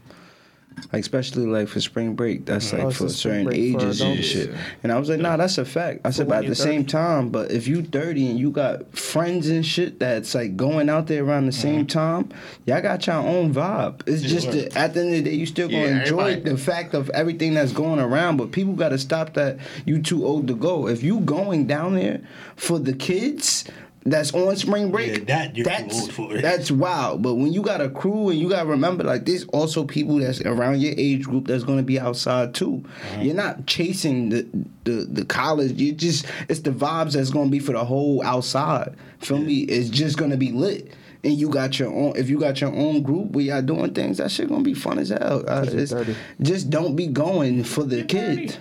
[SPEAKER 7] like especially like for spring break. That's like
[SPEAKER 6] Oh, it's
[SPEAKER 7] for
[SPEAKER 6] a spring
[SPEAKER 7] certain
[SPEAKER 6] break for
[SPEAKER 7] ages and
[SPEAKER 6] adults.
[SPEAKER 7] shit. And I was like, nah, that's a fact. I said,
[SPEAKER 6] when
[SPEAKER 7] but at
[SPEAKER 6] you're
[SPEAKER 7] the same time, but if you thirty and you got friends and shit that's like going out there around the
[SPEAKER 6] Mm-hmm.
[SPEAKER 7] same time, y'all got your own vibe. It's just
[SPEAKER 3] right.
[SPEAKER 7] that at the end of the day, you still gonna
[SPEAKER 4] Yeah,
[SPEAKER 7] enjoy
[SPEAKER 4] everybody-
[SPEAKER 7] the fact of everything that's going around. But people gotta stop that. You too old to go. If you going down there for the kids. That's on spring break
[SPEAKER 3] Yeah,
[SPEAKER 7] break,
[SPEAKER 3] that you're too
[SPEAKER 7] that's,
[SPEAKER 3] old for it.
[SPEAKER 7] That's wild. But when you got a crew and you got to remember, like, there's also people that's around your age group that's going to be outside too. You're not chasing the, the the college. You just it's the vibes that's going to be for the whole outside. Feel me? It's just going to be lit. And you got your own. If you got your own group where y'all doing things, that shit gonna be fun as hell. Uh,
[SPEAKER 6] you're
[SPEAKER 7] it's-
[SPEAKER 6] 30.
[SPEAKER 7] just don't be going for the kids.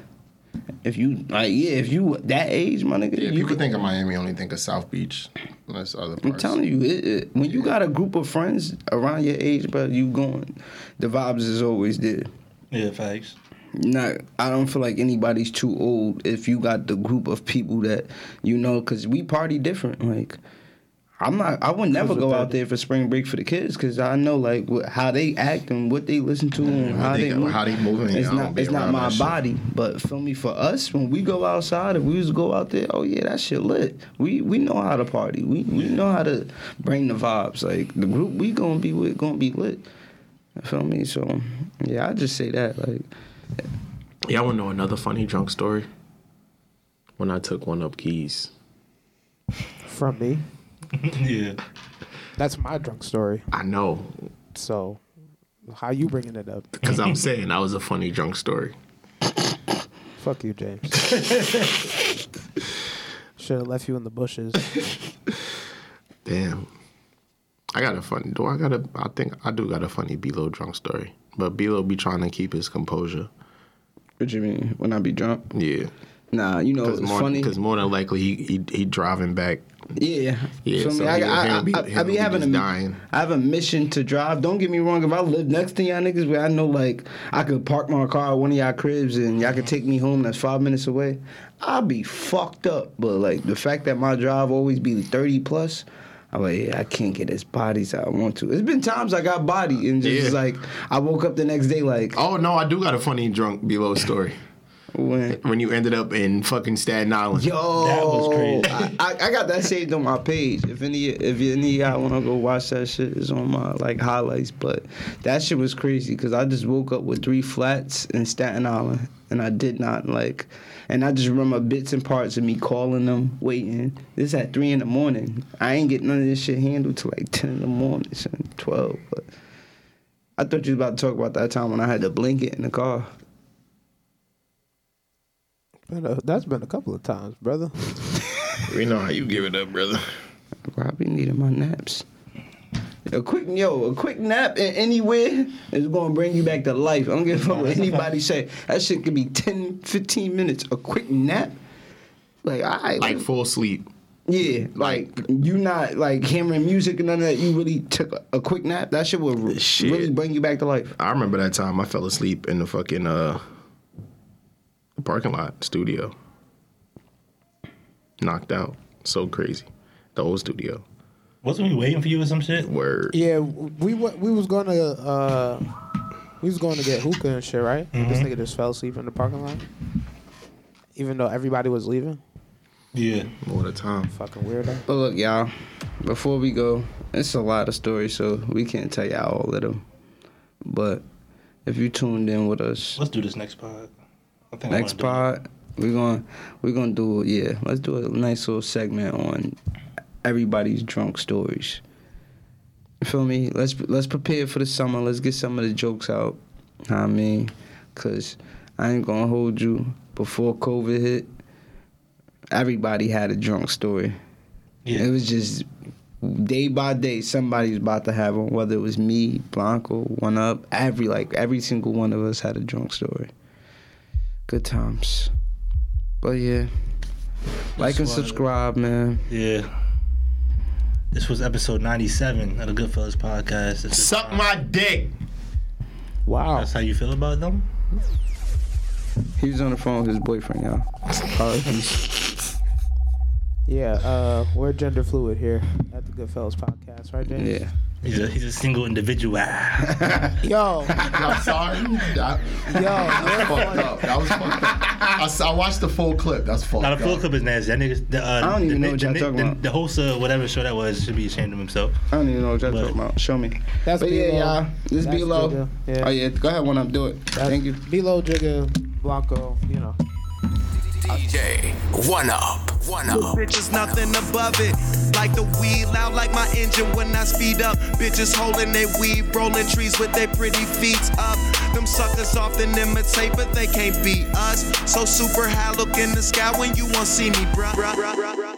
[SPEAKER 7] If you like, yeah, if you that age, my nigga,
[SPEAKER 4] Yeah,
[SPEAKER 7] you
[SPEAKER 4] people
[SPEAKER 7] could-
[SPEAKER 4] think of Miami only think of South Beach. That's other parts.
[SPEAKER 7] I'm telling you, it, it, when you got a group of friends around your age, bro, you going, the vibes is always there.
[SPEAKER 3] yeah, facts.
[SPEAKER 7] Not, I don't feel like anybody's too old if you got the group of people that you know, because we party different. Like, I'm not, I would never go out there for spring break for the kids because I know like what, how they act and what they listen to and how
[SPEAKER 4] they
[SPEAKER 7] they,
[SPEAKER 4] go-
[SPEAKER 7] move.
[SPEAKER 4] how they moving, yeah, I
[SPEAKER 7] It's
[SPEAKER 4] don't
[SPEAKER 7] not,
[SPEAKER 4] be
[SPEAKER 7] it's not
[SPEAKER 4] around
[SPEAKER 7] my
[SPEAKER 4] that shit.
[SPEAKER 7] body, but feel me. For us, when we go outside, if we was to go out there, oh yeah, that shit lit. We we know how to party. We we know how to bring the vibes. Like the group we gonna be with gonna be lit. Feel me? So yeah, I just say that like.
[SPEAKER 8] Y'all want to know another funny drunk story? When I took one up keys.
[SPEAKER 6] From me.
[SPEAKER 3] yeah.
[SPEAKER 6] That's my drunk story.
[SPEAKER 8] I know,
[SPEAKER 6] So, how you bringing it up?
[SPEAKER 7] *laughs*
[SPEAKER 8] because I'm saying that was a funny drunk story.
[SPEAKER 6] Fuck you, *laughs* James. Should have left you in the bushes.
[SPEAKER 8] Damn. I got a funny. Do I got a? I think I do got a funny Below drunk story. But Below be trying to keep his composure.
[SPEAKER 7] What you mean? When I be drunk?
[SPEAKER 8] Yeah.
[SPEAKER 4] Nah, you know,
[SPEAKER 7] Oh,
[SPEAKER 8] Because
[SPEAKER 4] it's
[SPEAKER 8] more,
[SPEAKER 4] funny.
[SPEAKER 8] 'cause more than likely he, he he driving back.
[SPEAKER 4] Yeah.
[SPEAKER 8] Yeah,
[SPEAKER 4] Feel me?
[SPEAKER 8] so
[SPEAKER 4] I,
[SPEAKER 8] he'll-
[SPEAKER 4] I, I,
[SPEAKER 8] he'll be-
[SPEAKER 4] I, I
[SPEAKER 8] he'll
[SPEAKER 4] be
[SPEAKER 8] be
[SPEAKER 4] having a,
[SPEAKER 8] just dying.
[SPEAKER 4] I have a mission to drive. Don't get me wrong. If I live next to y'all niggas, where I know like I could park my car at one of y'all cribs and y'all could take me home. That's five minutes away. I'll be fucked up. But like the fact that my drive always be thirty plus. I'm like, yeah, I can't get as bodies I want to. It's been times I got body and just
[SPEAKER 8] Yeah.
[SPEAKER 4] like I woke up the next day like
[SPEAKER 8] Oh no, I do got a funny drunk below story.
[SPEAKER 4] when
[SPEAKER 8] when you ended up in fucking Staten Island.
[SPEAKER 4] Yo,
[SPEAKER 3] That was crazy.
[SPEAKER 4] I, I, I got that saved on my page. If any, if any of y'all want to go watch that shit, it's on my like highlights. But that shit was crazy because I just woke up with three flats in Staten Island, and I did not like, and I just remember bits and parts of me calling them, waiting. This at three in the morning. I ain't get none of this shit handled till like ten in the morning, son, twelve. But I thought you was about to talk about that time when I had the blanket in the car.
[SPEAKER 6] Been a- uh, that's been a couple of times, brother.
[SPEAKER 8] We know how you give it up, brother.
[SPEAKER 4] Probably needed my naps. A quick yo, a quick nap in anywhere is gonna bring you back to life. I don't give a fuck *laughs* what anybody say. That shit could be 10, 15 minutes. A quick nap, like all right,
[SPEAKER 8] Like full sleep.
[SPEAKER 4] yeah, like, you not like hammering music and none of that. You really took a, a quick nap. That shit will
[SPEAKER 8] Shit.
[SPEAKER 4] really bring you back to life.
[SPEAKER 8] I remember that time I fell asleep in the fucking uh parking lot studio. Knocked out. So crazy. The old studio.
[SPEAKER 3] Wasn't we waiting for you or some shit?
[SPEAKER 8] Word.
[SPEAKER 6] Yeah, we wa- we was gonna uh, we was going to get hookah and shit, right? This
[SPEAKER 4] Mm-hmm.
[SPEAKER 6] nigga just fell asleep in the parking lot, even though everybody was leaving.
[SPEAKER 3] Yeah.
[SPEAKER 8] All the time.
[SPEAKER 6] Fucking weirdo.
[SPEAKER 4] But look, y'all, before we go, it's a lot of stories, so we can't tell y'all all of them. But if you tuned in with us,
[SPEAKER 3] Let's do this next pod. I think I
[SPEAKER 4] Next
[SPEAKER 3] wanna
[SPEAKER 4] pod, we're going we're gonna do yeah. Let's do a nice little segment on everybody's drunk stories. You Feel me? Let's let's prepare for the summer. Let's get some of the jokes out. I mean, cause I ain't gonna hold you. Before COVID hit, everybody had a drunk story.
[SPEAKER 3] do-
[SPEAKER 4] It
[SPEAKER 3] Yeah.
[SPEAKER 4] was just day by day somebody was about to have one. Whether it was me, Blanco, one up, every like every single one of us had a drunk story. Good times. But yeah. Like
[SPEAKER 3] That's
[SPEAKER 4] and
[SPEAKER 3] why-
[SPEAKER 4] subscribe, man.
[SPEAKER 3] Yeah. This was episode 97 of the Goodfellas podcast. This is-
[SPEAKER 8] Suck my dick.
[SPEAKER 6] Wow.
[SPEAKER 3] That's how you feel about them?
[SPEAKER 4] He was on the phone with his boyfriend, y'all. Uh, he's-
[SPEAKER 6] Yeah, uh, we're gender fluid here at the Goodfellas podcast, right, James?
[SPEAKER 4] yeah.
[SPEAKER 3] He's a, he's a single
[SPEAKER 4] *laughs*
[SPEAKER 3] individual.
[SPEAKER 4] Oh,
[SPEAKER 6] Yo,
[SPEAKER 9] I'm sorry. That,
[SPEAKER 4] *laughs*
[SPEAKER 6] yo,
[SPEAKER 9] that's fucked up. That was fucked up. I, s- I watched the full clip. That's fucked
[SPEAKER 3] Now
[SPEAKER 9] up.
[SPEAKER 3] the full clip is nasty. That nigga, the, uh,
[SPEAKER 4] don't even
[SPEAKER 3] the,
[SPEAKER 4] know what
[SPEAKER 3] the,
[SPEAKER 4] y'all
[SPEAKER 3] the,
[SPEAKER 4] talking
[SPEAKER 3] the,
[SPEAKER 4] about.
[SPEAKER 3] the host of whatever show that was should be ashamed of himself.
[SPEAKER 4] I don't even know what y'all
[SPEAKER 3] But-
[SPEAKER 4] talking about. Show me.
[SPEAKER 6] That's
[SPEAKER 4] but yeah,
[SPEAKER 6] B-Lo.
[SPEAKER 4] y'all. This
[SPEAKER 6] That's
[SPEAKER 4] be low.
[SPEAKER 6] Jigga. Yeah.
[SPEAKER 4] Oh yeah, go ahead one up, do it. Thank you.
[SPEAKER 6] Below Jigga, Blanco, you know.
[SPEAKER 5] DJ One Up. One Up.
[SPEAKER 1] Bitches nothing above it. Like the weed, loud like my engine when I speed up. Bitches holding they weed, rolling trees with their pretty feet up. Them suckers often imitate, but they can't beat us. So super high, look in the sky when you won't see me, bruh. bruh, bruh, bruh, bruh.